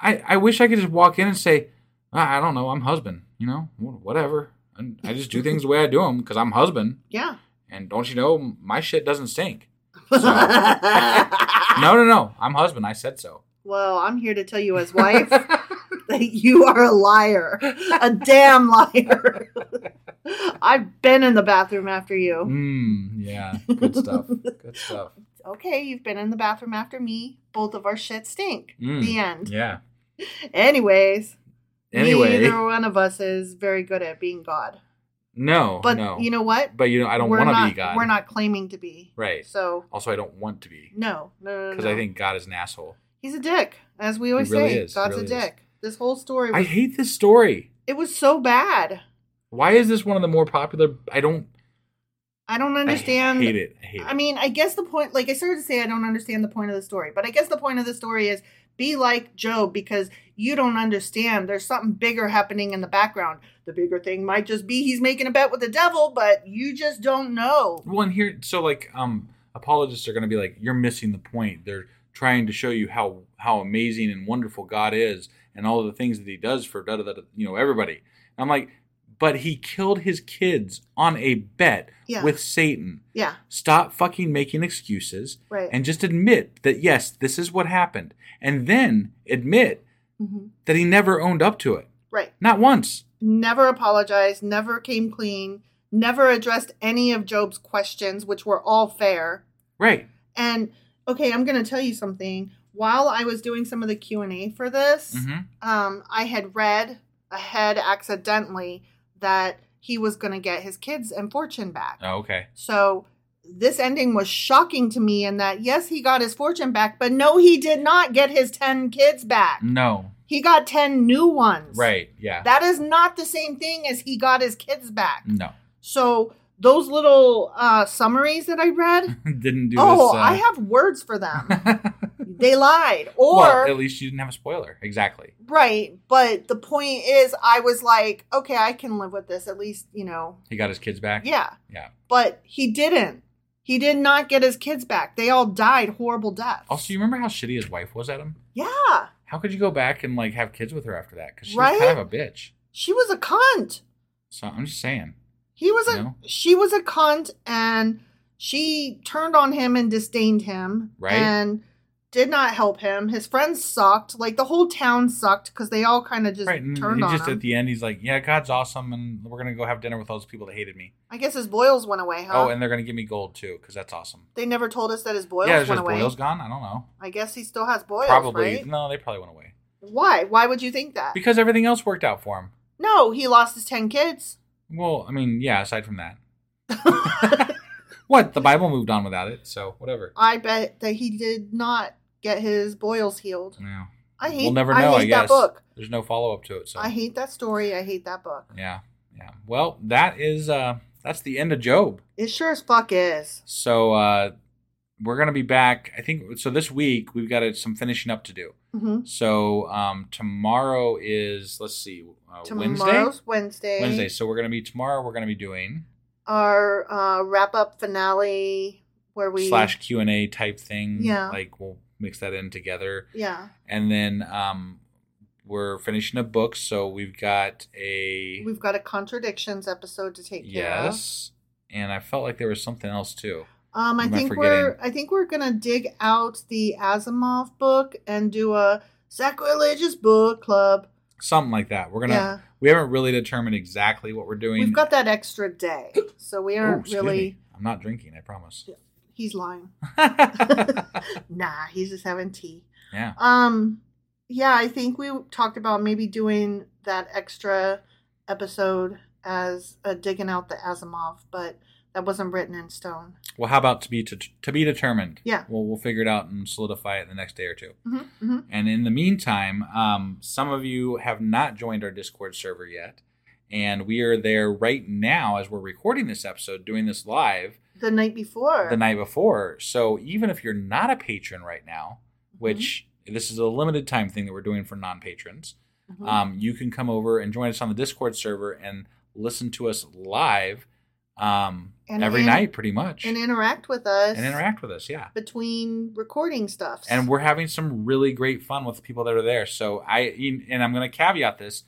Speaker 3: I I wish I could just walk in and say, "Ah, I, I don't know, I'm husband. You know, wh- whatever. And I just do things the way I do them because I'm husband.
Speaker 1: Yeah.
Speaker 3: And don't you know, my shit doesn't stink. No, no, no. I'm husband. I said so.
Speaker 1: well, I'm here to tell you, as wife, that you are a liar, a damn liar. I've been in the bathroom after you.
Speaker 3: Mm, yeah. Good stuff. Good stuff.
Speaker 1: Okay, you've been in the bathroom after me. Both of our shit stink.
Speaker 3: Mm,
Speaker 1: The end.
Speaker 3: Yeah.
Speaker 1: Anyways,
Speaker 3: Anyway,
Speaker 1: neither one of us is very good at being God.
Speaker 3: no,
Speaker 1: But
Speaker 3: Oh, no.
Speaker 1: you know what?
Speaker 3: But you know, I don't
Speaker 1: We're
Speaker 3: want to
Speaker 1: not-
Speaker 3: be God.
Speaker 1: We're not claiming to be.
Speaker 3: Right.
Speaker 1: So
Speaker 3: Also, I don't want to be
Speaker 1: no, no, no, no.
Speaker 3: because
Speaker 1: no.
Speaker 3: I think God is an asshole.
Speaker 1: he's a dick, as we always
Speaker 3: really
Speaker 1: say.
Speaker 3: is. He
Speaker 1: God's
Speaker 3: really
Speaker 1: a
Speaker 3: is.
Speaker 1: dick. This whole story,
Speaker 3: I
Speaker 1: was,
Speaker 3: hate this story.
Speaker 1: it was so bad.
Speaker 3: Why is this one of the more popular? I don't
Speaker 1: I don't understand.
Speaker 3: I hate it. I hate it.
Speaker 1: I mean, I guess the point, like I started to say, I don't understand the point of the story, but I guess the point of the story is be like Job because you don't understand. There's something bigger happening in the background. The bigger thing might just be he's making a bet with the devil, but you just don't know.
Speaker 3: well, and here, so like, um, apologists are going to be like, "You're missing the point." They're trying to show you how how amazing and wonderful God is, and all the things that He does for da da da. da- You know, everybody. And I'm like, but He killed His kids on a bet
Speaker 1: Yeah.
Speaker 3: with Satan.
Speaker 1: Yeah,
Speaker 3: Stop fucking making excuses
Speaker 1: Right.
Speaker 3: and just admit that yes, this is what happened, and then admit
Speaker 1: Mm-hmm.
Speaker 3: that He never owned up to it,
Speaker 1: right.
Speaker 3: not once.
Speaker 1: Never apologized, never came clean, never addressed any of Job's questions, which were all fair.
Speaker 3: Right.
Speaker 1: And okay, I'm going to tell you something. While I was doing some of the Q and A for this,
Speaker 3: Mhm.
Speaker 1: um, I had read ahead accidentally that he was going to get his kids and fortune back.
Speaker 3: Oh, okay.
Speaker 1: So this ending was shocking to me in that yes, he got his fortune back, but no, he did not get his ten kids back.
Speaker 3: No.
Speaker 1: He got ten new ones.
Speaker 3: Mm. Right. Yeah.
Speaker 1: That is not the same thing as he got his kids back.
Speaker 3: no.
Speaker 1: So those little uh, summaries that I read.
Speaker 3: Didn't do
Speaker 1: Oh,
Speaker 3: this. uh,
Speaker 1: I have words for them. they lied. Or
Speaker 3: well, at least you didn't have a spoiler. Exactly.
Speaker 1: right, but the point is I was like, okay, I can live with this at least, you know.
Speaker 3: He got his kids back.
Speaker 1: Yeah.
Speaker 3: Yeah.
Speaker 1: But he didn't. He did not get his kids back. They all died horrible deaths.
Speaker 3: Also, you remember how shitty his wife was at him?
Speaker 1: yeah.
Speaker 3: How could you go back and like have kids with her after that? Because she
Speaker 1: Right?
Speaker 3: was kind of a bitch.
Speaker 1: She was a cunt.
Speaker 3: So I'm just saying.
Speaker 1: He was a
Speaker 3: No.
Speaker 1: she was a cunt and she turned on him and disdained him.
Speaker 3: Right.
Speaker 1: And did not help him. His friends sucked. Like the whole town sucked because they all kind of just
Speaker 3: right. And
Speaker 1: turned
Speaker 3: he
Speaker 1: on
Speaker 3: just
Speaker 1: him.
Speaker 3: at the end, he's like, "Yeah, God's awesome, and we're gonna go have dinner with all those people that hated me.
Speaker 1: I guess his boils went away, huh?
Speaker 3: Oh, and they're gonna give me gold too, because that's awesome.
Speaker 1: they never told us that his boils
Speaker 3: yeah, is
Speaker 1: went
Speaker 3: his
Speaker 1: away.
Speaker 3: boils gone? I don't know.
Speaker 1: I guess he still has boils,
Speaker 3: probably
Speaker 1: right?
Speaker 3: no. They probably went away
Speaker 1: Why? Why would you think that?
Speaker 3: because everything else worked out for him.
Speaker 1: no, he lost his ten kids.
Speaker 3: Well, I mean, yeah. Aside from that, what the Bible moved on without it, so whatever.
Speaker 1: I bet that he did not get his boils healed.
Speaker 3: Yeah.
Speaker 1: I hate.
Speaker 3: we'll never know.
Speaker 1: I
Speaker 3: I,
Speaker 1: hate
Speaker 3: guess
Speaker 1: that book.
Speaker 3: there's no follow up to it. So
Speaker 1: I hate that story. I hate that book.
Speaker 3: Yeah, yeah. Well, that is uh that's the end of Job.
Speaker 1: It sure as fuck is.
Speaker 3: So uh we're gonna be back. I think so. This week we've got uh, some finishing up to do.
Speaker 1: Mhm.
Speaker 4: So um, tomorrow is let's see, uh, Wednesday.
Speaker 1: Tomorrow's Wednesday.
Speaker 4: Wednesday. So we're gonna be tomorrow. We're gonna be doing
Speaker 1: Our uh, wrap up finale where we
Speaker 4: slash Q and A type thing.
Speaker 1: Yeah.
Speaker 4: like we'll mix that in together,
Speaker 1: Yeah,
Speaker 4: and then um, we're finishing a book. So we've got a
Speaker 1: we've got a contradictions episode to take care of.
Speaker 4: yes, and I felt like there was something else too.
Speaker 1: Um, I
Speaker 4: Am I
Speaker 1: think
Speaker 4: forgetting?
Speaker 1: we're I think we're gonna dig out the Asimov book and do a sacrilegious book club.
Speaker 4: Something like that. We're gonna.
Speaker 1: Yeah.
Speaker 4: We haven't really determined exactly what we're doing.
Speaker 1: We've got that extra day, so we
Speaker 4: Oh,
Speaker 1: aren't
Speaker 4: excuse
Speaker 1: really.
Speaker 4: me. I'm not drinking. I promise.
Speaker 1: He's lying. nah, he's just having tea.
Speaker 4: yeah.
Speaker 1: Um, yeah, I think we talked about maybe doing that extra episode as uh, digging out the Asimov, but that wasn't written in stone.
Speaker 4: Well, how about to be to, to be determined?
Speaker 1: Yeah.
Speaker 4: Well, we'll figure it out and solidify it the next day or 2
Speaker 1: hmm hmm
Speaker 4: And in the meantime, um, some of you have not joined our Discord server yet, and we are there right now as we're recording this episode, doing this live
Speaker 1: The night before.
Speaker 4: the night before. So even if you're not a patron right now, which this is a limited time thing that we're doing for non patrons,
Speaker 1: Mhm.
Speaker 4: um, you can come over and join us on the Discord server and listen to us live um,
Speaker 1: And-
Speaker 4: every
Speaker 1: and-
Speaker 4: night, pretty much,
Speaker 1: and interact with us.
Speaker 4: and interact with us. Yeah.
Speaker 1: between recording stuff.
Speaker 4: and we're having some really great fun with the people that are there. So I and I'm going to caveat this: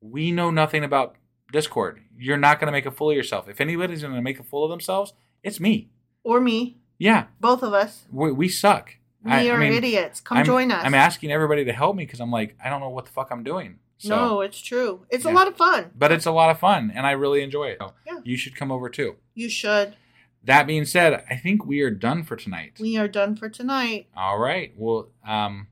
Speaker 4: we know nothing about Discord. You're not going to make a fool of yourself. If anybody's going to make a fool of themselves, it's me.
Speaker 1: or me,
Speaker 4: Yeah,
Speaker 1: both of us.
Speaker 4: we, we suck.
Speaker 1: We
Speaker 4: I- I
Speaker 1: are
Speaker 4: mean,
Speaker 1: idiots. Come
Speaker 4: I'm-
Speaker 1: join us.
Speaker 4: I'm asking everybody to help me because I'm like I don't know what the fuck I'm doing. So,
Speaker 1: no, it's true. It's
Speaker 4: Yeah.
Speaker 1: a lot of fun.
Speaker 4: but it's a lot of fun and I really enjoy it. So
Speaker 1: Yeah.
Speaker 4: You should come over too.
Speaker 1: You should.
Speaker 4: That being said, I think we are done for tonight.
Speaker 1: We are done for tonight.
Speaker 4: All right. Well, um,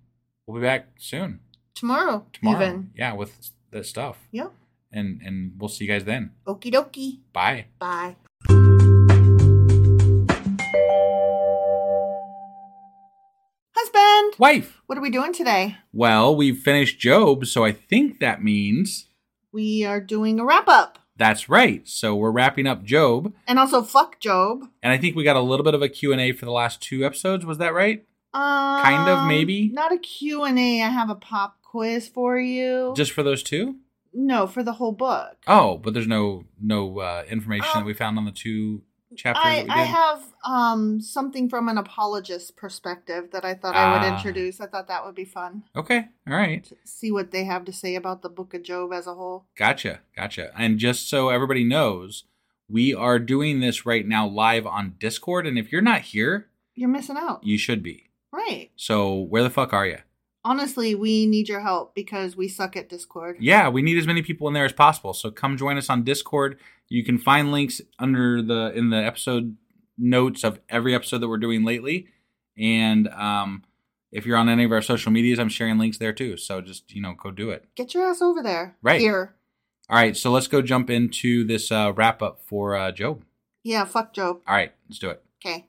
Speaker 4: we'll be back soon
Speaker 1: Tomorrow.
Speaker 4: tomorrow.
Speaker 1: Even.
Speaker 4: Yeah, with the stuff.
Speaker 1: Yep.
Speaker 4: and and we'll see you guys then.
Speaker 1: Okie dokie.
Speaker 4: Bye.
Speaker 1: Bye. Husband,
Speaker 4: Wife.
Speaker 1: what are we doing today?
Speaker 4: Well, we've finished Job, so I think that means
Speaker 1: We are doing a wrap up.
Speaker 4: that's right. So we're wrapping up Job,
Speaker 1: And also, fuck Job.
Speaker 4: and I think we got a little bit of a Q&A for the last two episodes, was that right?
Speaker 1: Um,
Speaker 4: of, maybe?
Speaker 1: Not a Q&A. I have a pop quiz for you.
Speaker 4: Just for those two?
Speaker 1: No, for the whole book.
Speaker 4: Oh, but there's no no uh, information
Speaker 1: Um,
Speaker 4: that we found on the two chapters that
Speaker 1: I,
Speaker 4: we did.
Speaker 1: I have um, something from an apologist perspective that I thought I would
Speaker 4: Ah.
Speaker 1: introduce. I thought that would be fun.
Speaker 4: okay. All right.
Speaker 1: See what they have to say about the book of Job as a whole.
Speaker 4: Gotcha. Gotcha. And just so everybody knows, we are doing this right now live on Discord, and if you're not here,
Speaker 1: You're missing out.
Speaker 4: you should be.
Speaker 1: Right.
Speaker 4: So, where the fuck are you?
Speaker 1: Honestly, we need your help because we suck at Discord.
Speaker 4: Yeah, we need as many people in there as possible. So come join us on Discord. You can find links under the in the episode notes of every episode that we're doing lately. And um, if you're on any of our social medias, I'm sharing links there too. So just you know, go do it.
Speaker 1: Get your ass over there.
Speaker 4: Right.
Speaker 1: Here.
Speaker 4: All right, so let's go jump into this uh, wrap up for uh, Job.
Speaker 1: Yeah, fuck Job.
Speaker 4: All right, let's do it.
Speaker 1: Okay.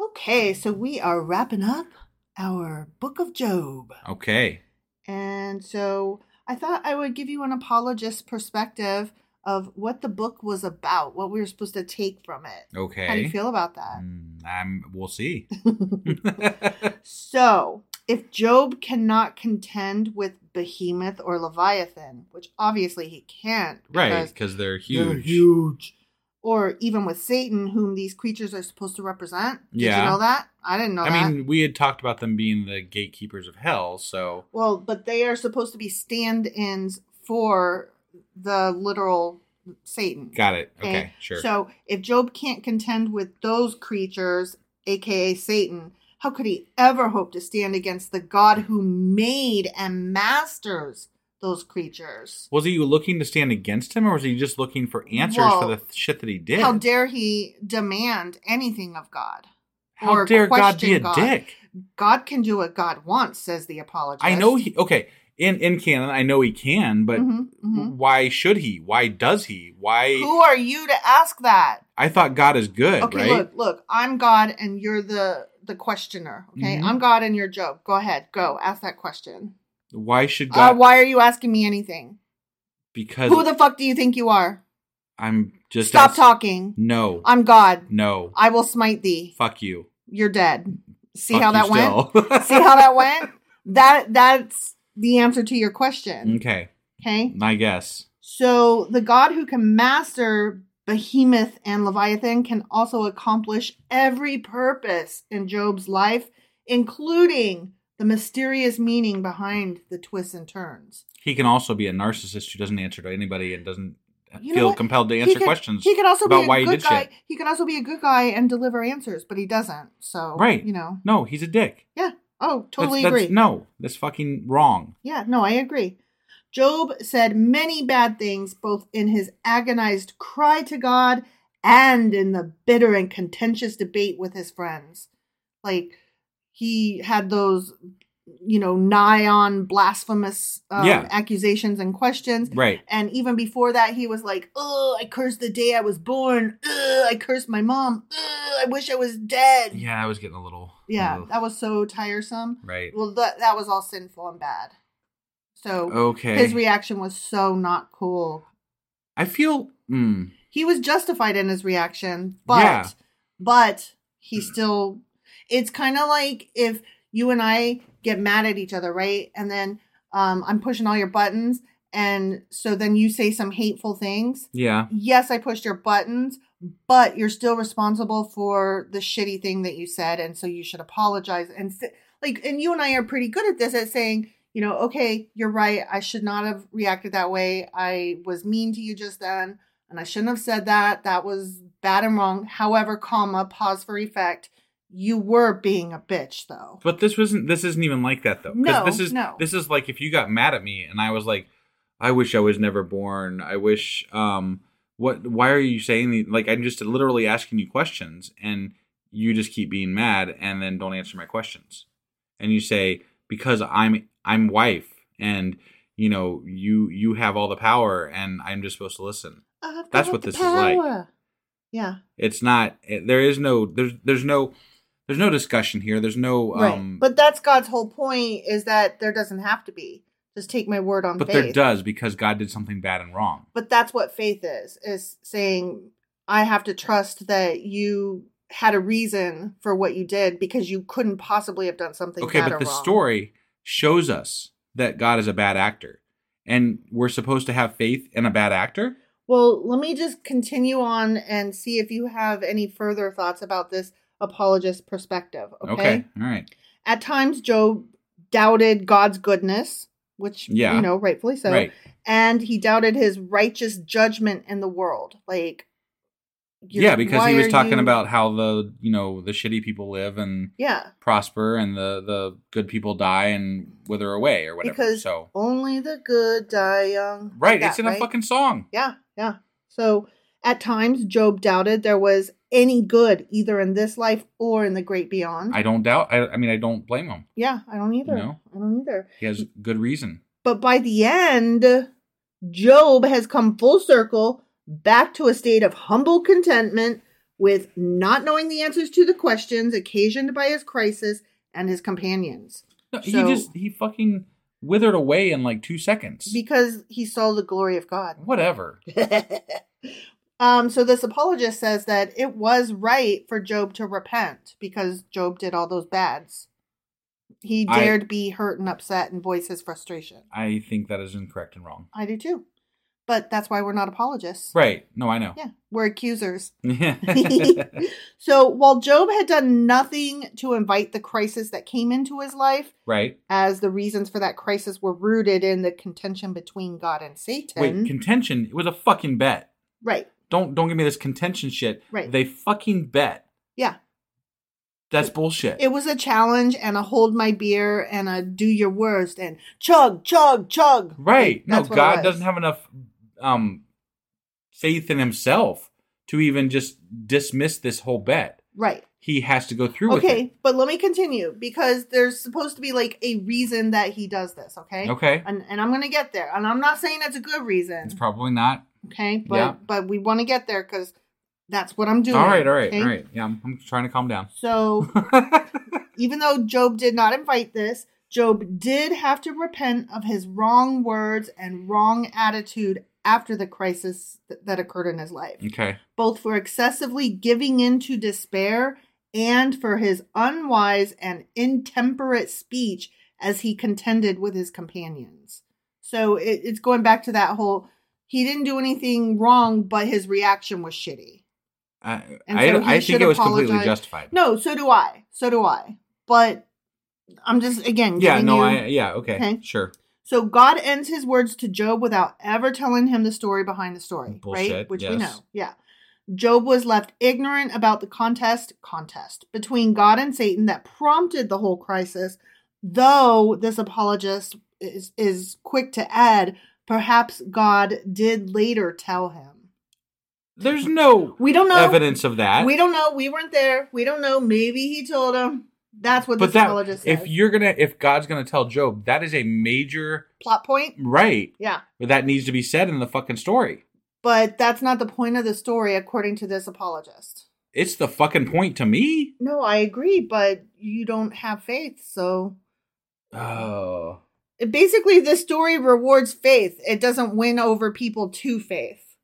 Speaker 1: Okay, so we are wrapping up our book of Job.
Speaker 4: Okay.
Speaker 1: And so I thought I would give you an apologist perspective of what the book was about, what we were supposed to take from it.
Speaker 4: Okay.
Speaker 1: How do you feel about that?
Speaker 4: Mm, I'm. We'll see.
Speaker 1: So, if Job cannot contend with behemoth or leviathan, which obviously he can't.
Speaker 3: right
Speaker 1: because
Speaker 3: because they're
Speaker 1: they're
Speaker 3: huge.
Speaker 1: huge. Or even with Satan, whom these creatures are supposed to represent. Did
Speaker 3: Yeah.
Speaker 1: you know that? I didn't know
Speaker 3: I
Speaker 1: that.
Speaker 3: mean, we had talked about them being the gatekeepers of hell, so
Speaker 1: Well, but they are supposed to be stand-ins for the literal Satan.
Speaker 3: got it. Okay, sure.
Speaker 1: So if Job can't contend with those creatures, aka Satan, how could he ever hope to stand against the God who made and masters those creatures?
Speaker 3: was he looking to stand against him, or was he just looking for answers
Speaker 1: Well,
Speaker 3: for the th- shit that he did?
Speaker 1: How dare he demand anything of God?
Speaker 3: How
Speaker 1: or
Speaker 3: dare God
Speaker 1: question
Speaker 3: be a
Speaker 1: God?
Speaker 3: dick?
Speaker 1: God can do what God wants, says the apologist.
Speaker 3: I know he. Okay, in in canon, I know he can, but
Speaker 1: Mhm, mhm.
Speaker 3: why should he? Why does he? Why?
Speaker 1: Who are you to ask that?
Speaker 3: I thought God is good,
Speaker 1: Okay,
Speaker 3: right?
Speaker 1: look, look. I'm God, and you're the the questioner. Okay,
Speaker 3: Mhm.
Speaker 1: I'm God, and you're Job. Go ahead, go ask that question.
Speaker 3: Why should
Speaker 1: Uh,
Speaker 3: God?
Speaker 1: why are you asking me anything?
Speaker 3: Because
Speaker 1: Who the fuck do you think you are?
Speaker 3: I'm just
Speaker 1: Stop
Speaker 3: ask-
Speaker 1: talking.
Speaker 3: No,
Speaker 1: I'm God.
Speaker 3: no,
Speaker 1: I will smite thee.
Speaker 3: fuck you.
Speaker 1: You're dead. See
Speaker 3: Fuck
Speaker 1: how
Speaker 3: you
Speaker 1: that went?
Speaker 3: still.
Speaker 1: See how that went? That that's the answer to your question.
Speaker 3: okay,
Speaker 1: Okay?
Speaker 3: I guess.
Speaker 1: So the God who can master Behemoth and Leviathan can also accomplish every purpose in Job's life, including the mysterious meaning behind the twists and turns.
Speaker 3: He can also be a narcissist who doesn't answer to anybody and doesn't
Speaker 1: You know
Speaker 3: feel
Speaker 1: what?
Speaker 3: compelled to
Speaker 1: He
Speaker 3: answer
Speaker 1: could-
Speaker 3: questions
Speaker 1: He could also
Speaker 3: about
Speaker 1: be a
Speaker 3: why
Speaker 1: good
Speaker 3: he did
Speaker 1: guy.
Speaker 3: shit.
Speaker 1: He could also be a good guy and deliver answers, but he doesn't. So
Speaker 3: Right.
Speaker 1: you know,
Speaker 3: No, he's a dick.
Speaker 1: yeah. Oh,
Speaker 3: That's-
Speaker 1: totally
Speaker 3: that's,
Speaker 1: agree.
Speaker 3: No, that's fucking wrong.
Speaker 1: Yeah, no, I agree. Job said many bad things, both in his agonized cry to God and in the bitter and contentious debate with his friends. Like, he had those, you know, nigh on blasphemous um,
Speaker 3: Yeah.
Speaker 1: accusations and questions.
Speaker 3: Right.
Speaker 1: And even before that, he was like, oh, I cursed the day I was born. Ugh, I cursed my mom. Ugh, I wish I was dead.
Speaker 3: Yeah, I was getting a little.
Speaker 1: Yeah,
Speaker 3: ugh.
Speaker 1: that was so tiresome.
Speaker 3: Right.
Speaker 1: Well, that that was all sinful and bad. So
Speaker 3: Okay.
Speaker 1: his reaction was so not cool.
Speaker 3: I feel. Mm,
Speaker 1: He was justified in his reaction, but
Speaker 3: Yeah. Mm.
Speaker 1: but he still. It's kind of like if you and I get mad at each other, right? And then um, I'm pushing all your buttons, and so then you say some hateful things.
Speaker 3: yeah.
Speaker 1: Yes, I pushed your buttons, but you're still responsible for the shitty thing that you said, and so you should apologize. And s- like, and you and I are pretty good at this at saying, you know, okay, you're right. I should not have reacted that way. I was mean to you just then, and I shouldn't have said that. That was bad and wrong. However, comma, pause for effect. You were being a bitch, though.
Speaker 3: But this wasn't. This isn't even like that though. 'Cause
Speaker 1: No,
Speaker 3: this is
Speaker 1: no.
Speaker 3: this is like if you got mad at me and I was like, I wish I was never born. I wish. Um, what? Why are you saying these? Like I'm just literally asking you questions, and you just keep being mad, and then don't answer my questions. And you say because I'm I'm wife, and you know you you have all the power, and I'm just supposed to listen.
Speaker 1: I've
Speaker 3: That's
Speaker 1: got
Speaker 3: what
Speaker 1: the
Speaker 3: this is like.
Speaker 1: power. Yeah.
Speaker 3: It's not. There is no. There's there's no. There's no discussion here. There's no. Um,
Speaker 1: right. But that's God's whole point is that there doesn't have to be. Just take my word on
Speaker 3: but
Speaker 1: faith.
Speaker 3: there does because God did something bad and wrong.
Speaker 1: But that's what faith is, is saying, I have to trust that you had a reason for what you did because you couldn't possibly have done something
Speaker 3: Okay,
Speaker 1: bad
Speaker 3: but
Speaker 1: or
Speaker 3: the
Speaker 1: wrong.
Speaker 3: story shows us that God is a bad actor, and we're supposed to have faith in a bad actor.
Speaker 1: Well, let me just continue on and see if you have any further thoughts about this apologist perspective.
Speaker 3: Okay,
Speaker 1: okay.
Speaker 3: all right,
Speaker 1: At times, Job doubted God's goodness, which,
Speaker 3: Yeah.
Speaker 1: you know, rightfully so.
Speaker 3: right.
Speaker 1: and he doubted his righteous judgment in the world. Like, you-
Speaker 3: Yeah, because
Speaker 1: why
Speaker 3: he was
Speaker 1: are
Speaker 3: talking
Speaker 1: you-
Speaker 3: about how the you know the shitty people live and
Speaker 1: yeah,
Speaker 3: prosper, and the the good people die and wither away or whatever.
Speaker 1: because
Speaker 3: so
Speaker 1: only the good die young.
Speaker 3: right,
Speaker 1: Like
Speaker 3: it's
Speaker 1: that,
Speaker 3: in a
Speaker 1: right?
Speaker 3: fucking song.
Speaker 1: yeah, yeah. So at times, Job doubted there was any good either in this life or in the great beyond.
Speaker 3: I don't doubt. I, I mean, I don't blame him.
Speaker 1: yeah, I don't either.
Speaker 3: No.
Speaker 1: I don't either.
Speaker 3: He has good reason.
Speaker 1: But by the end, Job has come full circle back to a state of humble contentment with not knowing the answers to the questions occasioned by his crisis and his companions
Speaker 3: No, he
Speaker 1: So-
Speaker 3: just he fucking withered away in like two seconds.
Speaker 1: because he saw the glory of God.
Speaker 3: Whatever.
Speaker 1: um, so this apologist says that it was right for Job to repent because Job did all those bads. he
Speaker 3: I-
Speaker 1: dared be hurt and upset and voice his frustration.
Speaker 3: I think that is incorrect and wrong.
Speaker 1: I do too. But that's why we're not apologists.
Speaker 3: Right. No, I know.
Speaker 1: Yeah, we're accusers.
Speaker 3: Yeah.
Speaker 1: so while Job had done nothing to invite the crisis that came into his life,
Speaker 3: right.
Speaker 1: as the reasons for that crisis were rooted in the contention between God and Satan.
Speaker 3: Wait, contention. It was a fucking bet.
Speaker 1: right.
Speaker 3: Don't don't give me this contention shit.
Speaker 1: Right.
Speaker 3: They fucking bet.
Speaker 1: Yeah.
Speaker 3: That's bullshit.
Speaker 1: It was a challenge and a hold my beer and a do your worst and chug, chug, chug.
Speaker 3: right. No,
Speaker 1: That's what it
Speaker 3: God
Speaker 1: was.
Speaker 3: doesn't have enough um faith in himself to even just dismiss this whole bet.
Speaker 1: Right.
Speaker 3: He has to go through
Speaker 1: Okay,
Speaker 3: with
Speaker 1: but let me continue because there's supposed to be like a reason that he does this, okay?
Speaker 3: it. Okay.
Speaker 1: And, and I'm going to get there. And I'm not saying it's a good reason,
Speaker 3: It's probably not.
Speaker 1: okay? But
Speaker 3: yeah.
Speaker 1: but we want to get there cuz that's what I'm doing.
Speaker 3: all right, all right,
Speaker 1: okay?
Speaker 3: all right. Yeah, I'm, I'm trying to calm down.
Speaker 1: So even though Job did not invite this, Job did have to repent of his wrong words and wrong attitude after the crisis th- that occurred in his life,
Speaker 3: okay.
Speaker 1: both for excessively giving in to despair and for his unwise and intemperate speech as he contended with his companions. So it, it's going back to that whole he didn't do anything wrong, but his reaction was shitty.
Speaker 3: I,
Speaker 1: And
Speaker 3: I,
Speaker 1: so he
Speaker 3: I
Speaker 1: should
Speaker 3: think it was completely
Speaker 1: apologize.
Speaker 3: justified.
Speaker 1: No, so do I. So do I. But I'm just again.
Speaker 3: Yeah,
Speaker 1: giving
Speaker 3: no,
Speaker 1: you-
Speaker 3: I yeah, okay,
Speaker 1: Okay.
Speaker 3: sure.
Speaker 1: So God ends his words to Job without ever telling him the story behind the story,
Speaker 3: Bullshit,
Speaker 1: right? Which we
Speaker 3: yes.
Speaker 1: know. Yeah. Job was left ignorant about the contest contest between God and Satan that prompted the whole crisis. Though this apologist is is quick to add, perhaps God did later tell him.
Speaker 3: There's no
Speaker 1: We don't know.
Speaker 3: evidence of that.
Speaker 1: We don't know. We weren't there. We don't know. Maybe he told him. That's what
Speaker 3: but
Speaker 1: this
Speaker 3: that
Speaker 1: apologist said.
Speaker 3: if you're gonna if God's gonna tell Job, that is a major
Speaker 1: plot point.
Speaker 3: right
Speaker 1: Yeah.
Speaker 3: that needs to be said in the fucking story.
Speaker 1: But that's not the point of the story, according to this apologist.
Speaker 3: It's the fucking point to me.
Speaker 1: No, I agree, but you don't have faith. So
Speaker 3: Oh,
Speaker 1: It- basically, this story rewards faith, it doesn't win over people to faith.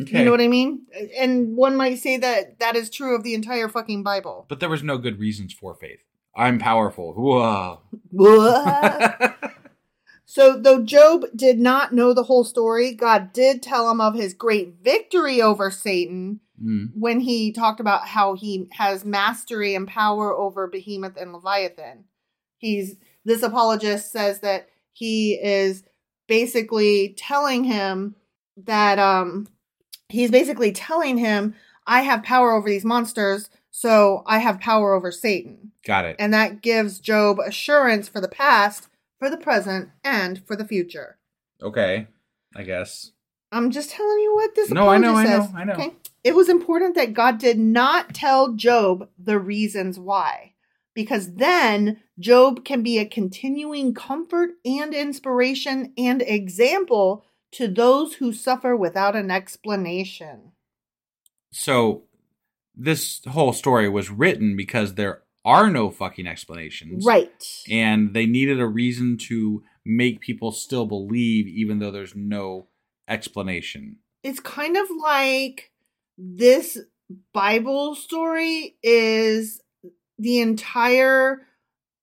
Speaker 3: okay.
Speaker 1: You know what I mean? And one might say that that is true of the entire fucking Bible.
Speaker 3: but there was no good reasons for faith. I'm powerful. Whoa.
Speaker 1: So, though Job did not know the whole story, God did tell him of his great victory over Satan
Speaker 3: Mm.
Speaker 1: when he talked about how he has mastery and power over Behemoth and Leviathan. He's this apologist says that he is basically telling him that um he's basically telling him I have power over these monsters, so I have power over Satan.
Speaker 3: Got it.
Speaker 1: And that gives Job assurance for the past, for the present, and for the future.
Speaker 3: Okay, I guess.
Speaker 1: I'm just telling you what this
Speaker 3: No, I know,
Speaker 1: apology
Speaker 3: I know,
Speaker 1: says,
Speaker 3: I know.
Speaker 1: It was important that God did not tell Job the reasons why, because then Job can be a continuing comfort and inspiration and example to those who suffer without an explanation.
Speaker 3: so this whole story was written because there are no fucking explanations
Speaker 1: Right.
Speaker 3: and they needed a reason to make people still believe even though there's no explanation
Speaker 1: it's kind of like this Bible story is the entire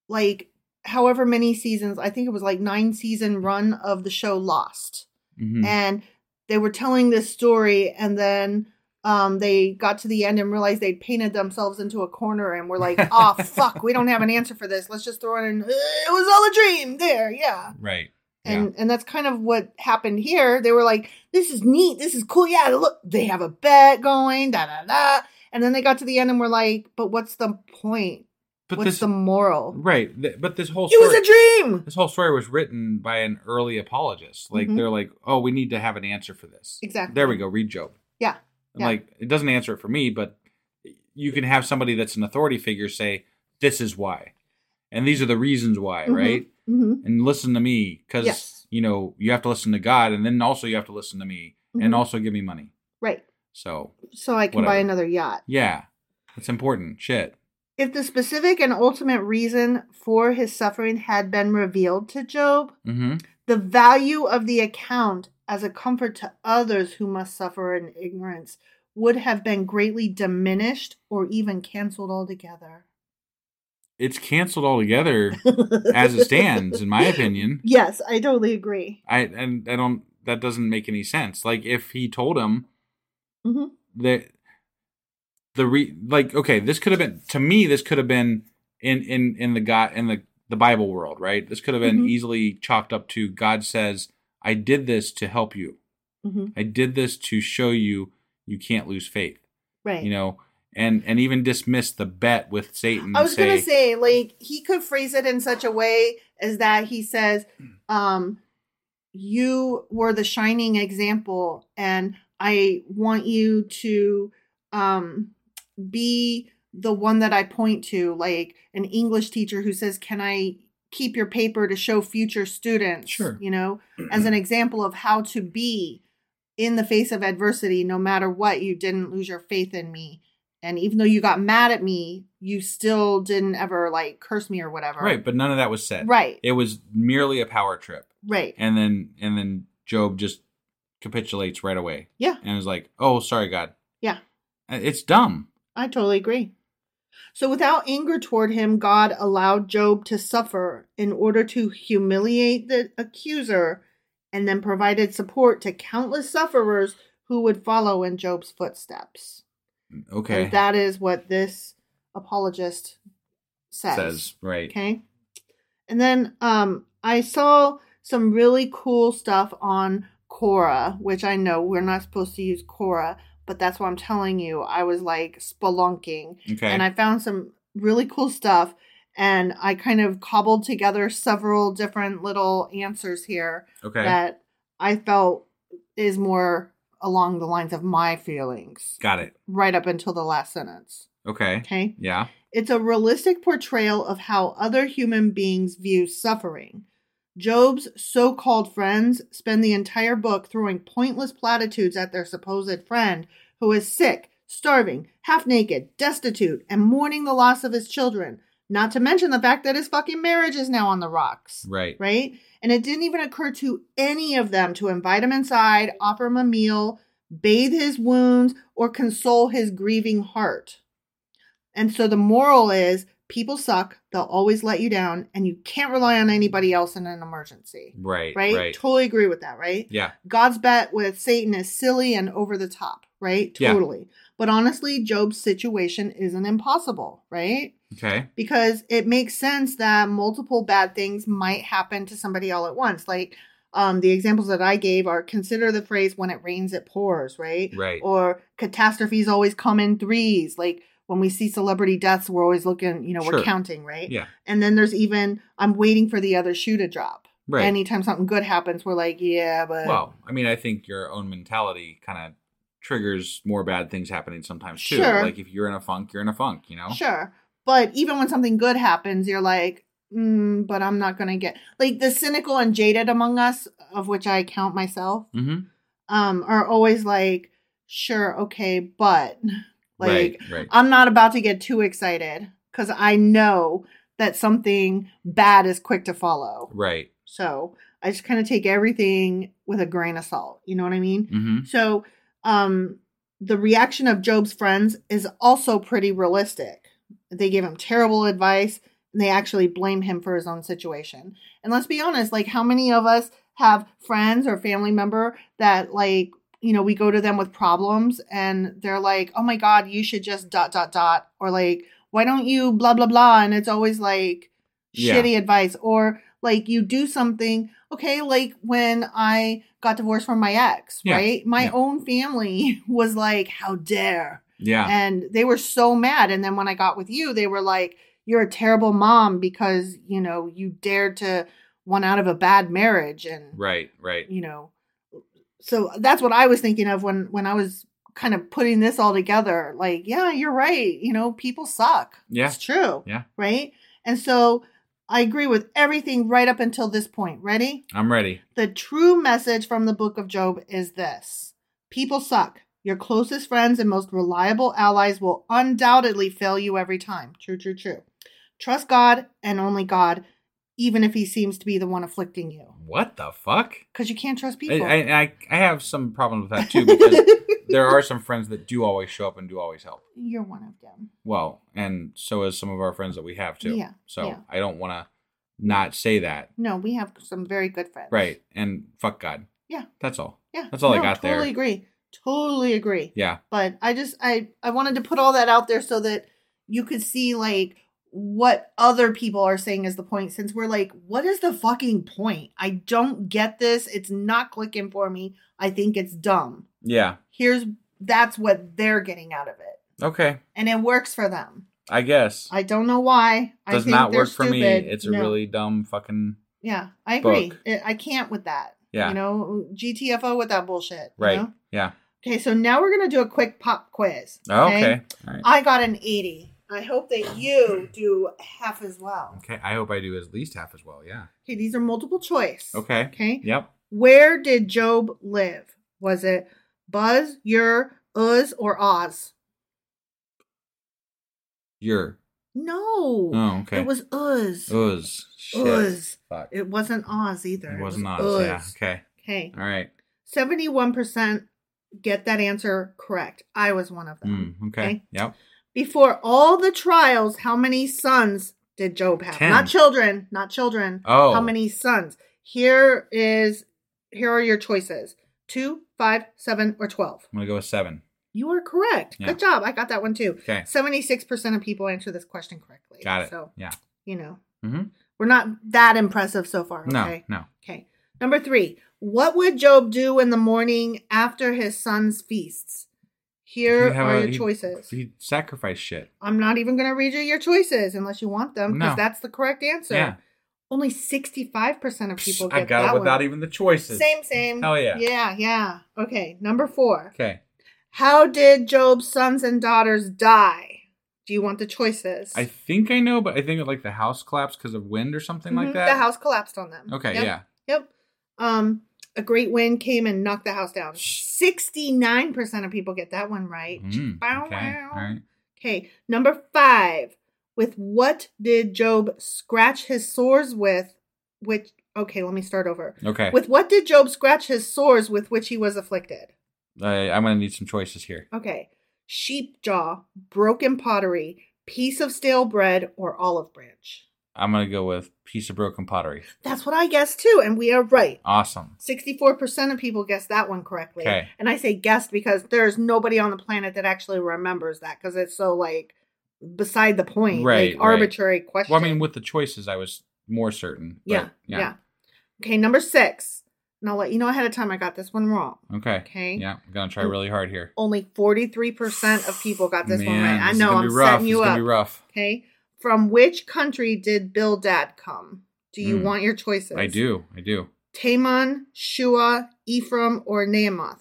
Speaker 1: like however many seasons I think it was like 9 season run of the show Lost
Speaker 3: Mhm.
Speaker 1: and they were telling this story and then um, they got to the end and realized they'd painted themselves into a corner and were like, oh, fuck, we don't have an answer for this. Let's just throw it in. "Uh, It was all a dream. There, yeah
Speaker 3: right yeah.
Speaker 1: and and that's kind of what happened here. They were like, "This is neat. This is cool. Yeah, look, they have a bet going, da da da." And then they got to the end and were like, "But what's the point?
Speaker 3: but
Speaker 1: what's
Speaker 3: this
Speaker 1: the moral?
Speaker 3: right th- but this whole
Speaker 1: It
Speaker 3: story
Speaker 1: was a dream."
Speaker 3: this whole story was written by an early apologist like
Speaker 1: Mhm.
Speaker 3: they're like oh we need to have an answer for this
Speaker 1: Exactly.
Speaker 3: there we go read job
Speaker 1: Yeah,
Speaker 3: and
Speaker 1: Yeah.
Speaker 3: like it doesn't answer it for me but you can have somebody that's an authority figure say this is why and these are the reasons why
Speaker 1: Mhm.
Speaker 3: right
Speaker 1: hmm
Speaker 3: and listen to me because
Speaker 1: Yes.
Speaker 3: you know you have to listen to god and then also you have to listen to me and
Speaker 1: Mhm.
Speaker 3: also give me money
Speaker 1: right.
Speaker 3: so
Speaker 1: So I can buy
Speaker 3: Whatever.
Speaker 1: another yacht.
Speaker 3: yeah it's important shit
Speaker 1: If the specific and ultimate reason for his suffering had been revealed to Job,
Speaker 3: mm-hmm
Speaker 1: the value of the account as a comfort to others who must suffer in ignorance would have been greatly diminished or even canceled altogether.
Speaker 3: it's canceled altogether as it stands, in my opinion.
Speaker 1: Yes, I totally agree.
Speaker 3: I and I don't that doesn't make any sense. Like if he told him
Speaker 1: hmm
Speaker 3: that the re like okay, this could have been to me this could have been in in in the God in the the Bible world, right? This could have been
Speaker 1: Mhm.
Speaker 3: easily chalked up to God says, "I did this to help you.
Speaker 1: hmm
Speaker 3: I did this to show you you can't lose faith."
Speaker 1: Right.
Speaker 3: You know, and and even dismiss the bet with Satan. and
Speaker 1: I was gonna say, like, he could phrase it in such a way as that he says,
Speaker 3: Hmm.
Speaker 1: um, you were the shining example, and I want you to um be the one that I point to, like an English teacher who says, Can I keep your paper to show future students?
Speaker 3: Sure.
Speaker 1: You know, as an example of how to be in the face of adversity, no matter what, you didn't lose your faith in me. And even though you got mad at me, you still didn't ever like curse me or whatever.
Speaker 3: right, but none of that was said.
Speaker 1: Right.
Speaker 3: It was merely a power trip.
Speaker 1: Right.
Speaker 3: and then and then job just capitulates right away
Speaker 1: Yeah.
Speaker 3: and is like oh sorry god
Speaker 1: Yeah.
Speaker 3: Uh, it's dumb
Speaker 1: I totally agree. So, without anger toward him, God allowed Job to suffer in order to humiliate the accuser and then provided support to countless sufferers who would follow in Job's footsteps.
Speaker 3: okay
Speaker 1: And that is what this apologist says.
Speaker 3: says right
Speaker 1: Okay. And then um, I saw some really cool stuff on Cora, which I know we're not supposed to use Cora, but that's what I'm telling you. I was like spelunking
Speaker 3: okay
Speaker 1: and I found some really cool stuff. And I kind of cobbled together several different little answers here
Speaker 3: okay
Speaker 1: that I felt is more along the lines of my feelings,
Speaker 3: got it
Speaker 1: right up until the last sentence.
Speaker 3: okay
Speaker 1: Okay.
Speaker 3: yeah
Speaker 1: It's a realistic portrayal of how other human beings view suffering. Job's so called friends spend the entire book throwing pointless platitudes at their supposed friend, who is sick, starving, half naked, destitute, and mourning the loss of his children. Not to mention the fact that his fucking marriage is now on the rocks.
Speaker 3: right
Speaker 1: Right? And it didn't even occur to any of them to invite him inside, offer him a meal, bathe his wounds, or console his grieving heart. And so the moral is people suck, they'll always let you down, and you can't rely on anybody else in an emergency.
Speaker 3: right
Speaker 1: Right?
Speaker 3: right,
Speaker 1: Totally agree with that, right?
Speaker 3: yeah
Speaker 1: God's bet with Satan is silly and over the top, right?
Speaker 3: Yeah.
Speaker 1: Totally. But honestly, Job's situation isn't impossible, right?
Speaker 3: okay
Speaker 1: because it makes sense that multiple bad things might happen to somebody all at once. Like um, the examples that I gave are consider the phrase when it rains, it pours, right?
Speaker 3: Right.
Speaker 1: Or catastrophes always come in threes. Like when we see celebrity deaths, we're always looking, you know,
Speaker 3: Sure.
Speaker 1: we're counting, right?
Speaker 3: yeah
Speaker 1: And then there's even, I'm waiting for the other shoe to drop.
Speaker 3: Right.
Speaker 1: Anytime something good happens, we're like, yeah, but.
Speaker 3: well i mean i think your own mentality kind of triggers more bad things happening sometimes too
Speaker 1: Sure.
Speaker 3: like if you're in a funk you're in a funk you know
Speaker 1: Sure. But even when something good happens, you're like, mm, but I'm not going to get like the cynical and jaded among us, of which I count myself,
Speaker 3: mm-hmm.
Speaker 1: um, are always like, sure, okay, but like, uh,
Speaker 3: right right
Speaker 1: I'm not about to get too excited because I know that something bad is quick to follow.
Speaker 3: right
Speaker 1: So I just kind of take everything with a grain of salt. You know what I mean?
Speaker 3: mm-hmm.
Speaker 1: So, um, the reaction of Job's friends is also pretty realistic. They give him terrible advice and they actually blame him for his own situation. And let's be honest, like, how many of us have friends or family member that, like, you know, we go to them with problems and they're like, oh my God, you should just dot, dot, dot. Or like, why don't you blah, blah, blah? And it's always like
Speaker 3: Yeah.
Speaker 1: shitty advice. Or like, you do something, okay, like when I got divorced from my ex,
Speaker 3: Yeah.
Speaker 1: right? My
Speaker 3: Yeah.
Speaker 1: own family was like, how dare.
Speaker 3: yeah
Speaker 1: And they were so mad. And then when I got with you, they were like, you're a terrible mom because, you know, you dared to one out of a bad marriage. And,
Speaker 3: right right
Speaker 1: you know, so that's what I was thinking of when, when I was kind of putting this all together. Like, yeah, you're right. You know, people suck.
Speaker 3: Yeah.
Speaker 1: It's true.
Speaker 3: Yeah.
Speaker 1: Right. And so I agree with everything right up until this point. Ready?
Speaker 3: i'm ready
Speaker 1: The true message from the book of Job is this People suck. Your closest friends and most reliable allies will undoubtedly fail you every time. True, true, true. Trust God and only God, even if He seems to be the one afflicting you.
Speaker 3: what the fuck?
Speaker 1: because you can't trust
Speaker 3: I,
Speaker 1: people.
Speaker 3: I, I- I have some problems with that too because there are some friends that do always show up and do always help.
Speaker 1: You're one of them.
Speaker 3: Well, and so is some of our friends that we have too.
Speaker 1: Yeah,
Speaker 3: So
Speaker 1: yeah.
Speaker 3: I don't want to not say that.
Speaker 1: No, we have some very good friends.
Speaker 3: Right. And fuck God.
Speaker 1: Yeah.
Speaker 3: That's all.
Speaker 1: Yeah.
Speaker 3: That's all I
Speaker 1: No,
Speaker 3: got there.
Speaker 1: Totally agree. Totally agree.
Speaker 3: Yeah.
Speaker 1: But I just I I wanted to put all that out there so that you could see like what other people are saying is the point since we're like what is the fucking point? I don't get this. It's not clicking for me. I think it's dumb.
Speaker 3: Yeah.
Speaker 1: Here's that's what they're getting out of it.
Speaker 3: Okay.
Speaker 1: And it works for them.
Speaker 3: I guess.
Speaker 1: I don't know why. I
Speaker 3: Does
Speaker 1: think
Speaker 3: not
Speaker 1: they're
Speaker 3: work for me.
Speaker 1: stupid.
Speaker 3: It's a
Speaker 1: No.
Speaker 3: really dumb fucking.
Speaker 1: Yeah, I agree.
Speaker 3: book.
Speaker 1: I I can't with that.
Speaker 3: Yeah.
Speaker 1: You know, GTFO with that bullshit. you
Speaker 3: Right.
Speaker 1: know?
Speaker 3: Yeah.
Speaker 1: Okay, so now we're gonna do a quick pop quiz.
Speaker 3: Oh, Okay. All right.
Speaker 1: I got an eighty. I hope that you do half as well.
Speaker 3: Okay. I hope I do at least half as well. Yeah.
Speaker 1: Okay, these are multiple choice.
Speaker 3: Okay.
Speaker 1: Okay.
Speaker 3: Yep.
Speaker 1: Where did Job live? Was it Buzz, Ur, Uz, or Oz?
Speaker 3: You're.
Speaker 1: No.
Speaker 3: Oh, okay.
Speaker 1: It was Uz.
Speaker 3: Uz. Shit.
Speaker 1: Uz.
Speaker 3: Fuck. It,
Speaker 1: It wasn't Oz either.
Speaker 3: wasn't Oz.
Speaker 1: Uz.
Speaker 3: Yeah. Okay.
Speaker 1: Okay.
Speaker 3: All right.
Speaker 1: 71% get that answer correct. I was one of them.
Speaker 3: Mm, okay. Yep.
Speaker 1: Before all the trials, how many sons did Job have?
Speaker 3: Ten.
Speaker 1: Not children, not children.
Speaker 3: Oh.
Speaker 1: How many sons? Here is here are your choices. Two, five, seven, or twelve.
Speaker 3: I'm gonna go with seven.
Speaker 1: You are correct.
Speaker 3: Yeah.
Speaker 1: Good job. I got that one too.
Speaker 3: Okay.
Speaker 1: Seventy-six percent of people answer this question correctly.
Speaker 3: Got it.
Speaker 1: So
Speaker 3: yeah.
Speaker 1: you know
Speaker 3: Mm-hmm.
Speaker 1: we're not that impressive so far. Okay?
Speaker 3: No. No.
Speaker 1: Okay. Number three, what would Job do in the morning after his son's feasts? Here
Speaker 3: He'd have
Speaker 1: are
Speaker 3: a-
Speaker 1: your
Speaker 3: he'd-
Speaker 1: choices.
Speaker 3: He'd sacrifice shit.
Speaker 1: I'm not even going to read you your choices unless you want them because
Speaker 3: No.
Speaker 1: that's the correct answer.
Speaker 3: Yeah.
Speaker 1: Only 65% of people get
Speaker 3: I got
Speaker 1: that
Speaker 3: it without
Speaker 1: one.
Speaker 3: even the choices.
Speaker 1: Same, same.
Speaker 3: Hell yeah.
Speaker 1: Yeah, yeah. Okay. Number four,
Speaker 3: Okay.
Speaker 1: how did Job's sons and daughters die? Do you want the choices?
Speaker 3: I think I know, but I think like the house collapsed because of wind or something like
Speaker 1: Mhm,
Speaker 3: that.
Speaker 1: The house collapsed on them.
Speaker 3: Okay,
Speaker 1: Yep.
Speaker 3: yeah.
Speaker 1: Yep. Um, a great wind came and knocked the house down. Sixty-nine percent of people get that one right.
Speaker 3: Mm,
Speaker 1: Bow
Speaker 3: okay.
Speaker 1: wow.
Speaker 3: All right.
Speaker 1: Okay. Number five. With what did Job scratch his sores with? Which okay, let me start over.
Speaker 3: Okay.
Speaker 1: With what did Job scratch his sores with which he was afflicted?
Speaker 3: I, I'm gonna need some choices here.
Speaker 1: Okay. Sheep jaw, broken pottery, piece of stale bread, or olive branch.
Speaker 3: I'm gonna go with piece of broken pottery.
Speaker 1: That's what I guessed too, and we are right.
Speaker 3: Awesome.
Speaker 1: 64% of people guessed that one correctly.
Speaker 3: Okay.
Speaker 1: And I say guessed because there's nobody on the planet that actually remembers that because it's so like beside the point,
Speaker 3: Right,
Speaker 1: like
Speaker 3: right.
Speaker 1: arbitrary question.
Speaker 3: Well, I mean, with the choices, I was more certain. but
Speaker 1: yeah, yeah, Okay, number six. And I'll let you know ahead of time I got this one wrong.
Speaker 3: Okay.
Speaker 1: Okay.
Speaker 3: Yeah, I'm gonna try really hard here.
Speaker 1: Only 43% of people got this one
Speaker 3: Man,
Speaker 1: right. I
Speaker 3: this is
Speaker 1: know,
Speaker 3: gonna
Speaker 1: I'm
Speaker 3: be rough.
Speaker 1: setting you
Speaker 3: This is
Speaker 1: up.
Speaker 3: gonna be rough.
Speaker 1: Okay. From which country did Bildad come? Do you
Speaker 3: Mm.
Speaker 1: want your choices?
Speaker 3: I do. I do.
Speaker 1: Taman, Shua, Ephraim, or Naamoth?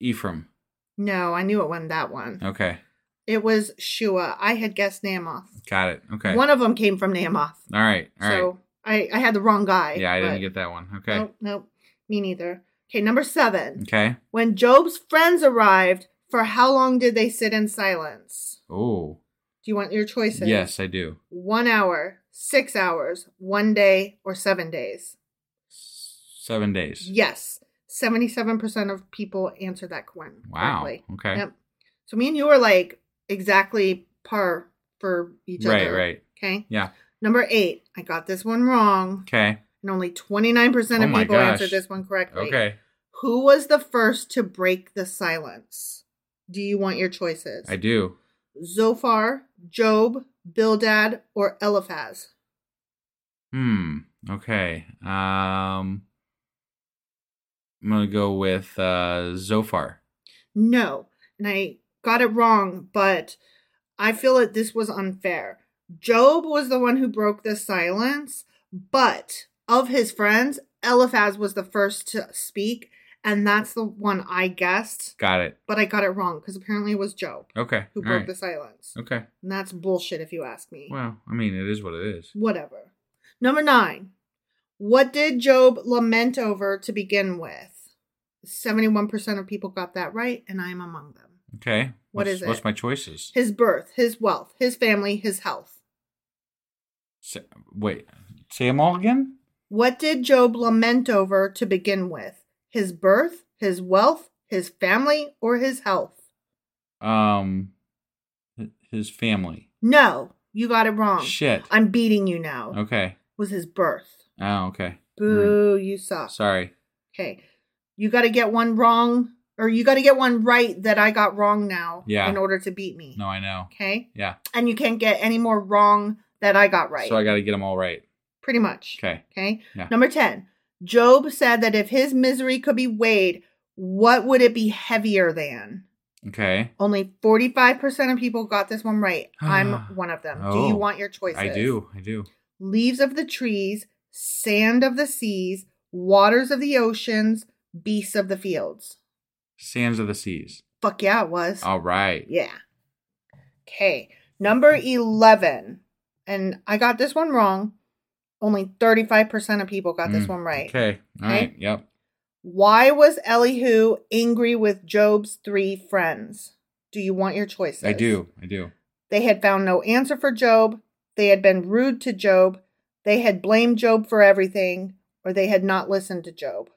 Speaker 3: Ephraim.
Speaker 1: No, I knew it wasn't that one.
Speaker 3: Okay.
Speaker 1: It was Shua. I had guessed Naamoth.
Speaker 3: Got it. Okay.
Speaker 1: One of them came from Naamoth.
Speaker 3: all right. All right.
Speaker 1: so I, I had the wrong guy.
Speaker 3: yeah, I didn't
Speaker 1: but-
Speaker 3: get that one. Okay.
Speaker 1: Nope, nope. Me neither. Okay, number seven.
Speaker 3: Okay.
Speaker 1: When Job's friends arrived, for how long did they sit in silence?
Speaker 3: Oh.
Speaker 1: Do you want your choices?
Speaker 3: Yes, I do.
Speaker 1: One hour, six hours, one day, or seven days?
Speaker 3: Seven days.
Speaker 1: Yes. 77% of people answered that one.
Speaker 3: Wow.
Speaker 1: correctly.
Speaker 3: Okay.
Speaker 1: Yep. So me and you are like exactly par for each
Speaker 3: Right,
Speaker 1: other.
Speaker 3: right.
Speaker 1: Okay.
Speaker 3: Yeah.
Speaker 1: Number eight, I got this one wrong,
Speaker 3: Okay.
Speaker 1: and only 29%
Speaker 3: Oh
Speaker 1: of
Speaker 3: my
Speaker 1: people
Speaker 3: gosh.
Speaker 1: answered this one correctly.
Speaker 3: Okay.
Speaker 1: Who was the first to break the silence? Do you want your choices?
Speaker 3: I do.
Speaker 1: Zophar, Job, Bildad, or Eliphaz?
Speaker 3: Hmm. Okay. Um I'm gonna go with uh Zophar.
Speaker 1: No. And I got it wrong, but I feel that this was unfair. Job was the one who broke the silence, but of his friends, Eliphaz was the first to speak, and that's the one I guessed,
Speaker 3: Got it.
Speaker 1: but I got it wrong because apparently it was Job
Speaker 3: Okay.
Speaker 1: who
Speaker 3: All
Speaker 1: broke
Speaker 3: right.
Speaker 1: the silence.
Speaker 3: Okay.
Speaker 1: And that's bullshit if you ask me.
Speaker 3: Well, I mean it is what it is.
Speaker 1: Whatever. Number nine. What did Job lament over to begin with? 71% of people got that right, and I am among them.
Speaker 3: Okay.
Speaker 1: What
Speaker 3: what's,
Speaker 1: is it?
Speaker 3: What's my choices?
Speaker 1: his birth, his wealth, his family, his health.
Speaker 3: Se- wait. Say them all again.
Speaker 1: What did Job lament over to begin with? His birth, his wealth, his family, or his health?
Speaker 3: Um, h- his family.
Speaker 1: No, you got it wrong.
Speaker 3: Shit.
Speaker 1: I'm beating you now.
Speaker 3: Okay.
Speaker 1: Was his birth.
Speaker 3: Oh, okay.
Speaker 1: Oh. Boo, you suck.
Speaker 3: Sorry.
Speaker 1: Okay. You got to get one wrong, or you got to get one right that I got wrong now
Speaker 3: Yeah.
Speaker 1: in order to beat me.
Speaker 3: No, I know.
Speaker 1: Okay.
Speaker 3: Yeah.
Speaker 1: And you can't get any more wrong that I got right.
Speaker 3: So I got to get them all right.
Speaker 1: Pretty much.
Speaker 3: Okay.
Speaker 1: Okay.
Speaker 3: Yeah.
Speaker 1: Number 10. Job said that if his misery could be weighed, what would it be heavier than?
Speaker 3: Okay.
Speaker 1: Only 45% of people got this one right. I'm one of them. Do
Speaker 3: Oh.
Speaker 1: you want your choices?
Speaker 3: I do. I do.
Speaker 1: Leaves of the trees, sand of the seas, waters of the oceans, beasts of the fields.
Speaker 3: Sands of the seas.
Speaker 1: Fuck yeah, it was.
Speaker 3: All right.
Speaker 1: Yeah. Okay. Number 11. And I got this one wrong. Only 35% of people got this
Speaker 3: Mm.
Speaker 1: one right.
Speaker 3: Okay. All
Speaker 1: Okay.
Speaker 3: right. Yep.
Speaker 1: Why was Elihu angry with Job's three friends? Do you want your choices?
Speaker 3: I do. I do.
Speaker 1: They had found no answer for Job. They had been rude to Job. They had blamed Job for everything, or they had not listened to Job.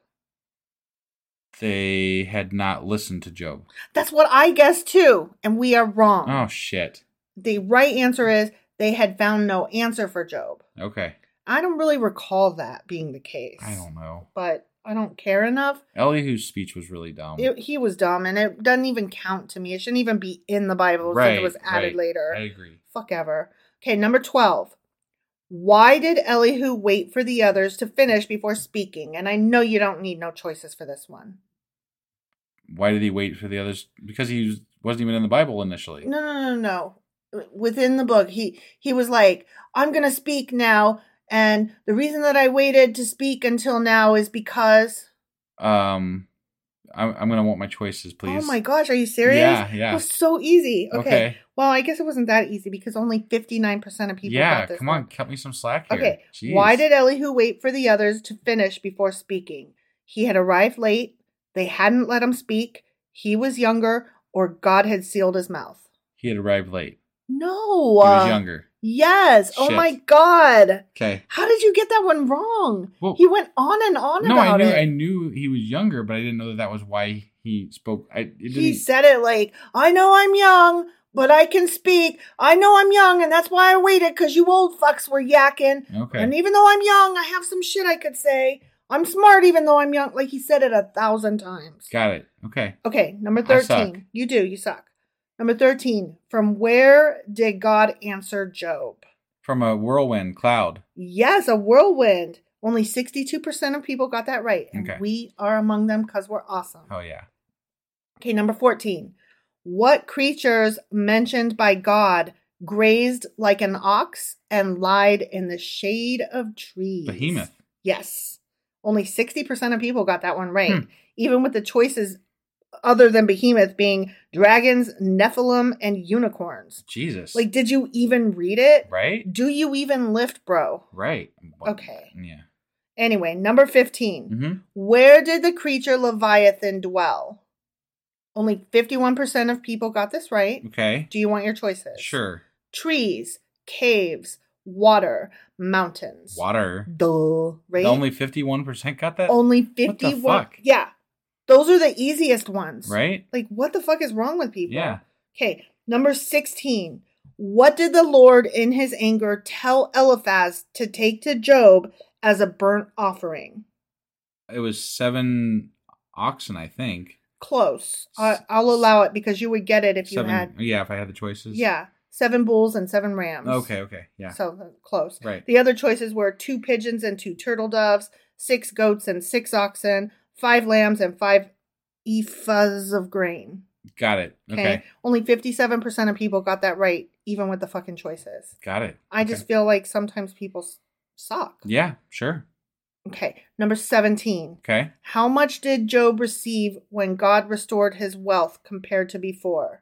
Speaker 3: They had not listened to Job.
Speaker 1: That's what I guessed too, and we are wrong.
Speaker 3: Oh shit.
Speaker 1: The right answer is they had found no answer for Job.
Speaker 3: Okay.
Speaker 1: I don't really recall that being the case.
Speaker 3: I don't know.
Speaker 1: But I don't care enough.
Speaker 3: Elihu's speech was really dumb.
Speaker 1: It, he was dumb, and it doesn't even count to me. It shouldn't even be in the Bible since it was added
Speaker 3: right.
Speaker 1: later.
Speaker 3: I agree.
Speaker 1: Fuck ever. Okay, number 12. Why did Elihu wait for the others to finish before speaking? And I know you don't need no choices for this one.
Speaker 3: Why did he wait for the others? Because he was, wasn't even in the Bible initially.
Speaker 1: No, no, no, no. no. Within the book, he he was like, "I'm gonna speak now," and the reason that I waited to speak until now is because.
Speaker 3: Um, I'm, I'm gonna want my choices, please.
Speaker 1: Oh my gosh, are you serious?
Speaker 3: Yeah, yeah.
Speaker 1: It was so easy. Okay.
Speaker 3: Okay.
Speaker 1: Well, I guess it wasn't that easy because only fifty nine percent of people.
Speaker 3: yeah,
Speaker 1: got this
Speaker 3: come
Speaker 1: one.
Speaker 3: on, cut me some slack here.
Speaker 1: Okay.
Speaker 3: Jeez.
Speaker 1: Why did Elihu wait for the others to finish before speaking? He had arrived late, they hadn't let him speak, he was younger, or God had sealed his mouth.
Speaker 3: he had arrived late?
Speaker 1: No. um,
Speaker 3: He was younger.
Speaker 1: Yes. Oh
Speaker 3: Shit.
Speaker 1: my God.
Speaker 3: Okay.
Speaker 1: How did you get that one wrong?
Speaker 3: Well-
Speaker 1: he went on and on
Speaker 3: No, I
Speaker 1: about
Speaker 3: knew
Speaker 1: it.
Speaker 3: I knew he was younger, but I didn't know that that was why he spoke. I it didn't.
Speaker 1: he said it like, I know I'm young, but I can speak. I know I'm young, and that's why I waited because you old fucks were yakking.
Speaker 3: Okay.
Speaker 1: And even though I'm young, I have some shit I could say. I'm smart even though I'm young. Like he said it a thousand times.
Speaker 3: Got it. Okay.
Speaker 1: Okay, number
Speaker 3: I suck.
Speaker 1: 13. You do, you suck. Number 13. From where did God answer Job?
Speaker 3: From a whirlwind cloud.
Speaker 1: Yes, a whirlwind. Only 62% of people got that right. And
Speaker 3: Okay.
Speaker 1: we are among them because we're awesome.
Speaker 3: Oh yeah.
Speaker 1: Okay, number 14. What creatures mentioned by God grazed like an ox and lied in the shade of trees?
Speaker 3: Behemoth.
Speaker 1: Yes. Only 60% of people got that one right,
Speaker 3: Hmm.
Speaker 1: even with the choices other than behemoth being dragons, Nephilim, and unicorns.
Speaker 3: Jesus.
Speaker 1: Like, did you even read it?
Speaker 3: right.
Speaker 1: Do you even lift, bro?
Speaker 3: Right.
Speaker 1: Okay.
Speaker 3: Yeah.
Speaker 1: Anyway, number 15.
Speaker 3: Mm-hmm.
Speaker 1: Where did the creature Leviathan dwell? Only 51% of people got this right.
Speaker 3: Okay.
Speaker 1: Do you want your choices?
Speaker 3: Sure.
Speaker 1: Trees, caves, water, mountains.
Speaker 3: Water.
Speaker 1: Duh, right?
Speaker 3: Only fifty-one percent got that.
Speaker 1: Only
Speaker 3: What the
Speaker 1: 51.
Speaker 3: fuck?
Speaker 1: Yeah. Those are the easiest ones.
Speaker 3: Right.
Speaker 1: Like, what the fuck is wrong with people?
Speaker 3: Yeah.
Speaker 1: Okay. Number 16. What did the Lord in his anger tell Eliphaz to take to Job as a burnt offering?
Speaker 3: It was seven oxen, I think.
Speaker 1: Close. I, I'll allow it because you would get it if you
Speaker 3: seven.
Speaker 1: had.
Speaker 3: yeah, if I had the choices.
Speaker 1: Yeah. Seven bulls and seven rams.
Speaker 3: Okay. Okay. Yeah.
Speaker 1: So uh, close.
Speaker 3: Right.
Speaker 1: The other choices were two pigeons and two turtle doves, six goats and six oxen, five lambs and five ephahs of grain.
Speaker 3: Got it. Okay.
Speaker 1: Only 57% of people got that right, even with the fucking choices.
Speaker 3: Got it.
Speaker 1: I
Speaker 3: Okay.
Speaker 1: just feel like sometimes people s- suck.
Speaker 3: Yeah. Sure.
Speaker 1: Okay. Number 17.
Speaker 3: Okay.
Speaker 1: How much did Job receive when God restored his wealth compared to before?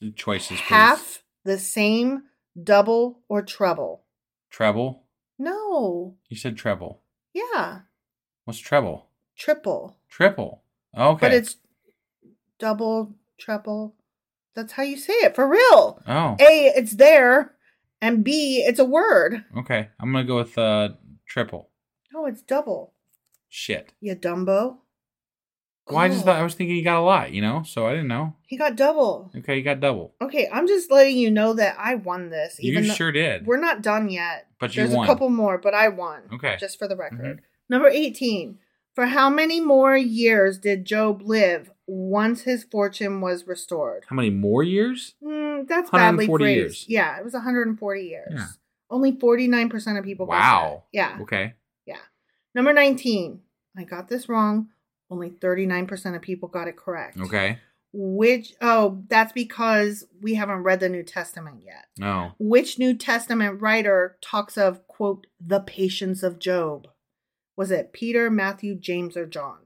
Speaker 3: The choices. Please.
Speaker 1: Half, the same, double, or treble?
Speaker 3: Treble.
Speaker 1: No.
Speaker 3: You said treble.
Speaker 1: Yeah.
Speaker 3: What's treble?
Speaker 1: Triple.
Speaker 3: Triple. Okay.
Speaker 1: But it's double, treble. That's how you say it for real.
Speaker 3: oh.
Speaker 1: A, it's there. and B, it's a word.
Speaker 4: Okay, I'm gonna go with uh, triple.
Speaker 1: No, it's double.
Speaker 4: Shit.
Speaker 1: You dumbo.
Speaker 4: Well, I just
Speaker 1: Cool.
Speaker 4: thought I was thinking he got a lot, you know, so I didn't know.
Speaker 1: he got double.
Speaker 4: Okay, he got double.
Speaker 1: Okay, I'm just letting you know that I won this. Even
Speaker 4: you
Speaker 1: though
Speaker 4: sure did.
Speaker 1: We're not done yet.
Speaker 4: But you
Speaker 1: There's
Speaker 4: won.
Speaker 1: a couple more, but I won.
Speaker 4: Okay. Mm-hmm.
Speaker 1: Just for the record. Number 18. For how many more years did Job live once his fortune was restored?
Speaker 4: How many more years?
Speaker 1: Mm, that's badly
Speaker 4: 140
Speaker 1: phrased.
Speaker 4: years.
Speaker 1: Yeah, it was 140 years.
Speaker 4: Yeah.
Speaker 1: Only 49% of people. got
Speaker 4: Wow.
Speaker 1: that. Yeah.
Speaker 4: Okay.
Speaker 1: Yeah. Number 19. I got this wrong. Only 39% of people got it correct.
Speaker 4: Okay.
Speaker 1: Which, oh, that's because we haven't read the New Testament yet.
Speaker 4: No.
Speaker 1: Which New Testament writer talks of, quote, the patience of Job? Was it Peter, Matthew, James, or John?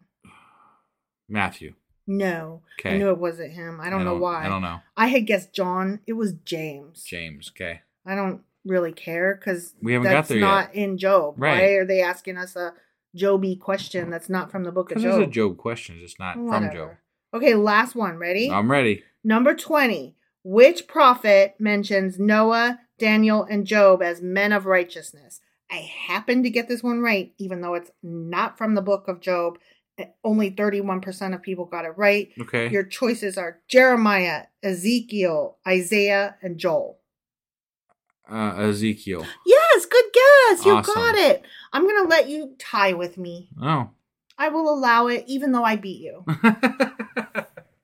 Speaker 4: Matthew.
Speaker 1: No. I
Speaker 4: Okay.
Speaker 1: knew it wasn't him. I don't, know why.
Speaker 4: I don't know.
Speaker 1: I had guessed John. It was James.
Speaker 4: James. Okay.
Speaker 1: I don't really care because
Speaker 4: We haven't got
Speaker 1: that's
Speaker 4: there
Speaker 1: not in Job.
Speaker 4: Right.
Speaker 1: Why are they asking us a Joby question that's not from the book of
Speaker 4: Because
Speaker 1: Job?
Speaker 4: it's a Job question, it's not
Speaker 1: Whatever.
Speaker 4: from Job.
Speaker 1: Okay, last one. Ready?
Speaker 4: I'm ready.
Speaker 1: Number 20. Which prophet mentions Noah, Daniel, and Job as men of righteousness? I happen to get this one right, even though it's not from the book of Job. Eh, Only 31% of people got it right.
Speaker 4: Okay.
Speaker 1: Your choices are Jeremiah, Ezekiel, Isaiah, and Joel.
Speaker 4: uh, Ezekiel.
Speaker 1: Yes, good guess. You
Speaker 4: Awesome.
Speaker 1: got it. I'm going to let you tie with me.
Speaker 4: Oh.
Speaker 1: I will allow it even though I beat you.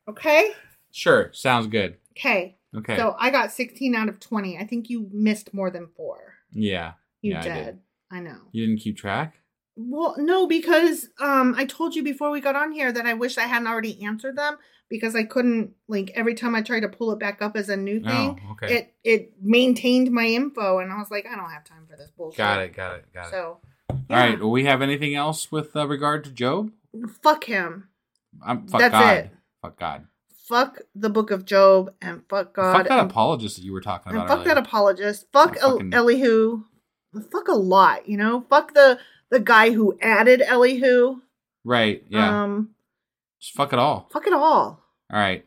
Speaker 1: Okay?
Speaker 4: sure. Sounds good.
Speaker 1: Okay.
Speaker 4: Okay.
Speaker 1: So I got 16 out of 20. I think you missed more than 4.
Speaker 4: yeah.
Speaker 1: You
Speaker 4: yeah, I
Speaker 1: did.
Speaker 4: did.
Speaker 1: I, know.
Speaker 4: You didn't keep track?
Speaker 1: Well, no because um I told you before we got on here that I wish I hadn't already answered them because I couldn't like every time I tried to pull it back up as a new
Speaker 4: Oh,
Speaker 1: thing,
Speaker 4: okay.
Speaker 1: it it maintained my info and I was like I don't have time for this bullshit.
Speaker 4: Got it. Got it. Got it.
Speaker 1: So
Speaker 4: All right. Well, we have anything else with uh, regard to Job?
Speaker 1: fuck him.
Speaker 4: I'm, fuck
Speaker 1: That's
Speaker 4: God.
Speaker 1: it.
Speaker 4: Fuck God.
Speaker 1: fuck the book of Job and fuck God.
Speaker 4: fuck that
Speaker 1: and,
Speaker 4: apologist that you were talking
Speaker 1: and
Speaker 4: about.
Speaker 1: fuck
Speaker 4: earlier.
Speaker 1: that apologist. Fuck
Speaker 4: That
Speaker 1: El-
Speaker 4: fucking-
Speaker 1: Elihu. Fuck a lot, you know? Fuck the the guy who added Elihu.
Speaker 4: Right. Yeah.
Speaker 1: Um
Speaker 4: Just fuck it all.
Speaker 1: fuck it all.
Speaker 4: All right.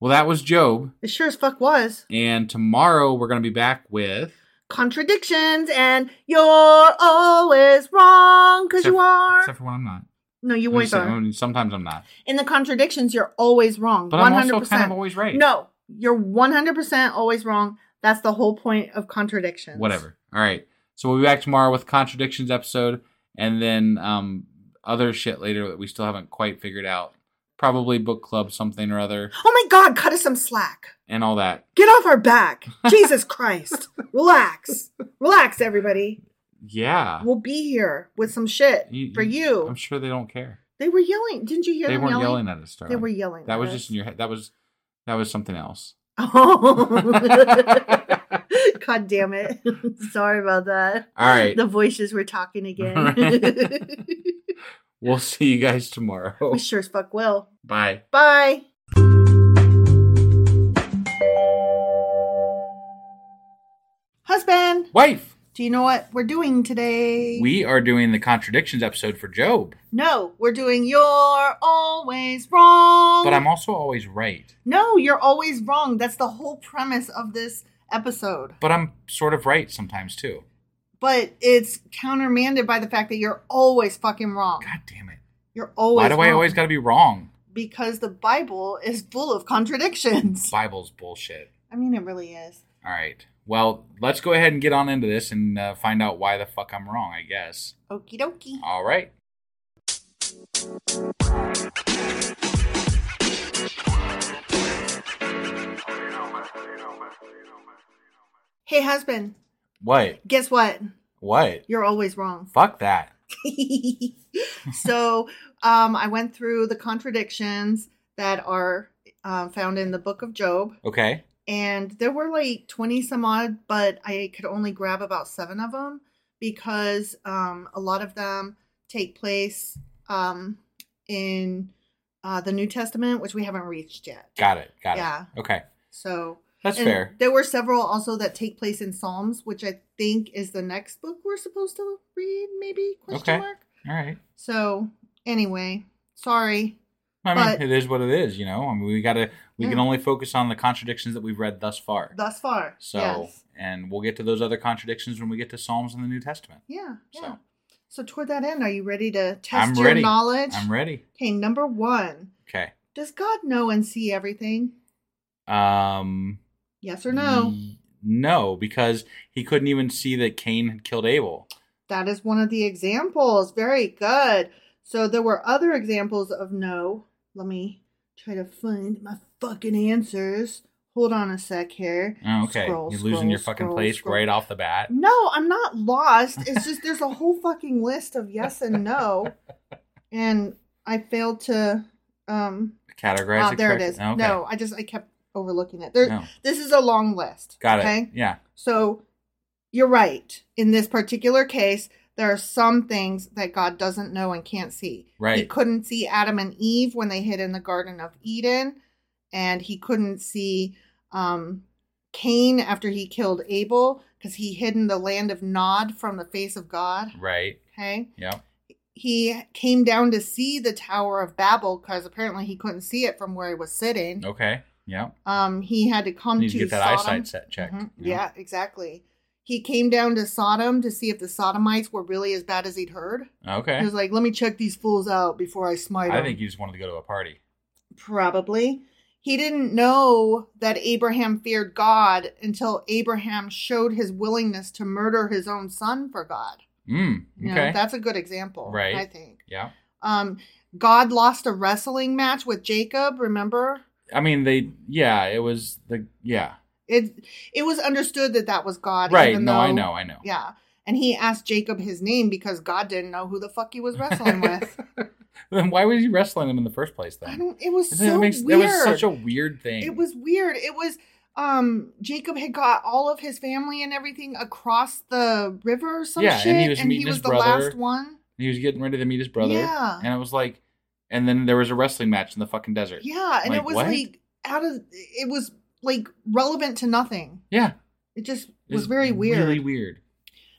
Speaker 4: Well, that was Job.
Speaker 1: It sure as fuck was.
Speaker 4: And tomorrow we're going to be back with.
Speaker 1: Contradictions and you're always wrong because you
Speaker 4: Except-
Speaker 1: are.
Speaker 4: Except for when I'm not.
Speaker 1: No, you
Speaker 4: I'm just
Speaker 1: always
Speaker 4: saying, I
Speaker 1: are.
Speaker 4: mean, sometimes I'm not.
Speaker 1: In the contradictions, you're always wrong.
Speaker 4: But
Speaker 1: 100%.
Speaker 4: I'm also kind of always right.
Speaker 1: No, you're 100% always wrong. That's the whole point of contradictions.
Speaker 4: Whatever. All right. So we'll be back tomorrow with contradictions episode and then um, other shit later that we still haven't quite figured out. Probably book club something or other
Speaker 1: Oh my God, cut us some slack.
Speaker 4: and all that.
Speaker 1: Get off our back. Jesus Christ. Relax. Relax, everybody.
Speaker 4: Yeah.
Speaker 1: We'll be here with some shit for you.
Speaker 4: I'm sure they don't care.
Speaker 1: They were yelling. Didn't you hear
Speaker 4: They
Speaker 1: them
Speaker 4: weren't
Speaker 1: yelling?
Speaker 4: yelling? at us. Darling.
Speaker 1: They were yelling
Speaker 4: That
Speaker 1: at
Speaker 4: was
Speaker 1: us.
Speaker 4: just in your head. That was that was something else.
Speaker 1: Oh. God damn it. Sorry about that.
Speaker 4: All right.
Speaker 1: The voices were talking again.
Speaker 4: We'll see you guys tomorrow.
Speaker 1: we sure as fuck will.
Speaker 4: Bye.
Speaker 1: Bye. Husband,
Speaker 4: Wife,
Speaker 1: do you know what we're doing today?
Speaker 4: we are doing the contradictions episode for Job,
Speaker 1: No, we're doing you're always wrong.
Speaker 4: but I'm also always right.
Speaker 1: No, you're always wrong. That's the whole premise of this episode.
Speaker 4: But I'm sort of right sometimes too.
Speaker 1: But it's countermanded by the fact that you're always fucking wrong.
Speaker 4: God damn it.
Speaker 1: You're always
Speaker 4: Why do I
Speaker 1: wrong.
Speaker 4: always got to be wrong?
Speaker 1: because the Bible is full of contradictions.
Speaker 4: Bible's bullshit.
Speaker 1: I mean, it really is.
Speaker 4: All right. Well, let's go ahead and get on into this and uh, find out why the fuck I'm wrong, I guess.
Speaker 1: Okie dokie.
Speaker 4: All right.
Speaker 1: Hey, husband,
Speaker 4: What?
Speaker 1: guess what?
Speaker 4: What?
Speaker 1: You're always wrong.
Speaker 4: Fuck that.
Speaker 1: so um, I went through the contradictions that are uh, found in the book of Job,
Speaker 4: Okay.
Speaker 1: and there were like 20 some odd, but I could only grab about seven of them because um, a lot of them take place um, in uh, the New Testament, which we haven't reached yet.
Speaker 4: Got it. Got
Speaker 1: Yeah.
Speaker 4: it. Okay.
Speaker 1: So
Speaker 4: That's
Speaker 1: and
Speaker 4: fair.
Speaker 1: There were several also that take place in Psalms, which I think is the next book we're supposed to read, maybe? Question
Speaker 4: Okay.
Speaker 1: mark.
Speaker 4: All right.
Speaker 1: So anyway, sorry.
Speaker 4: I mean,
Speaker 1: But-
Speaker 4: it is what it is, you know. I mean, we gotta we can
Speaker 1: Yeah.
Speaker 4: only focus on the contradictions that we've read thus far.
Speaker 1: thus far.
Speaker 4: so,
Speaker 1: yes.
Speaker 4: and we'll get to those other contradictions when we get to Psalms in the New Testament.
Speaker 1: yeah, yeah.
Speaker 4: So.
Speaker 1: So. toward that end, are you ready to test
Speaker 4: I'm
Speaker 1: your
Speaker 4: ready.
Speaker 1: knowledge?
Speaker 4: I'm ready.
Speaker 1: Okay, number one,
Speaker 4: Okay.
Speaker 1: does God know and see everything?
Speaker 4: Um,
Speaker 1: Yes or no?
Speaker 4: y- No, because he couldn't even see that Cain had killed Abel.
Speaker 1: That is one of the examples. Very good. So there were other examples of no. Let me try to find my fucking answers. Hold on a sec here.
Speaker 4: Oh, okay,
Speaker 1: Scroll,
Speaker 4: you're losing your
Speaker 1: scroll,
Speaker 4: fucking
Speaker 1: scroll,
Speaker 4: place
Speaker 1: scroll. Ah,
Speaker 4: right off the bat.
Speaker 1: No, I'm not lost. It's just there's a whole fucking list of yes and no, and I failed to. um
Speaker 4: Categorize.
Speaker 1: Ah, there it
Speaker 4: correctly.
Speaker 1: is.
Speaker 4: Okay.
Speaker 1: No, I just I kept overlooking it. There,
Speaker 4: No.
Speaker 1: this is a long list.
Speaker 4: Got
Speaker 1: okay?
Speaker 4: it. Yeah.
Speaker 1: So you're right. In this particular case, there are some things that God doesn't know and can't see. He
Speaker 4: Right.
Speaker 1: couldn't see Adam and Eve when they hid in the Garden of Eden, and he couldn't see um, Cain after he killed Abel because he hid in the land of Nod from the face of God.
Speaker 4: Right.
Speaker 1: Okay.
Speaker 4: Yep.
Speaker 1: He came down to see the Tower of Babel because apparently he couldn't see it from where he was sitting.
Speaker 4: Okay. Yep.
Speaker 1: Um, he had to come
Speaker 4: Need
Speaker 1: to
Speaker 4: to get that
Speaker 1: Sodom.
Speaker 4: eyesight set checked,
Speaker 1: Mhm.
Speaker 4: you know?
Speaker 1: Yeah, exactly. He came down to Sodom to see if the Sodomites were really as bad as he'd heard. He
Speaker 4: Okay.
Speaker 1: was like, "Let me check these fools out before I smite
Speaker 4: I
Speaker 1: them."
Speaker 4: think you just wanted to go to a party.
Speaker 1: Probably. He didn't know that Abraham feared God until Abraham showed his willingness to murder his own son for God.
Speaker 4: Mm.
Speaker 1: You know,
Speaker 4: okay.
Speaker 1: that's a good example,
Speaker 4: Right.
Speaker 1: I think.
Speaker 4: yeah.
Speaker 1: Um, God lost a wrestling match with Jacob. Remember?
Speaker 4: I mean, they. Yeah. It was the. Yeah.
Speaker 1: It it was understood that that was God.
Speaker 4: Right.
Speaker 1: even
Speaker 4: No, I
Speaker 1: though-
Speaker 4: know. I know.
Speaker 1: Yeah. And he asked Jacob his name because God didn't know who the fuck he was wrestling with.
Speaker 4: Then why was he wrestling him in the first place? Then
Speaker 1: I don't. It was
Speaker 4: That
Speaker 1: so
Speaker 4: makes-
Speaker 1: weird.
Speaker 4: That was such a weird thing.
Speaker 1: It was weird. It was. Um, Jacob had got all of his family and everything across the river or some
Speaker 4: Yeah, and
Speaker 1: shit,
Speaker 4: he was meeting his
Speaker 1: the
Speaker 4: brother.
Speaker 1: last one.
Speaker 4: He was getting ready to meet his brother.
Speaker 1: Yeah.
Speaker 4: And it was like, and then there was a wrestling match in the fucking desert.
Speaker 1: Yeah, and it
Speaker 4: Like,
Speaker 1: was
Speaker 4: what?
Speaker 1: like out of. It was like relevant to nothing.
Speaker 4: Yeah.
Speaker 1: It just
Speaker 4: It
Speaker 1: was very weird.
Speaker 4: Really weird.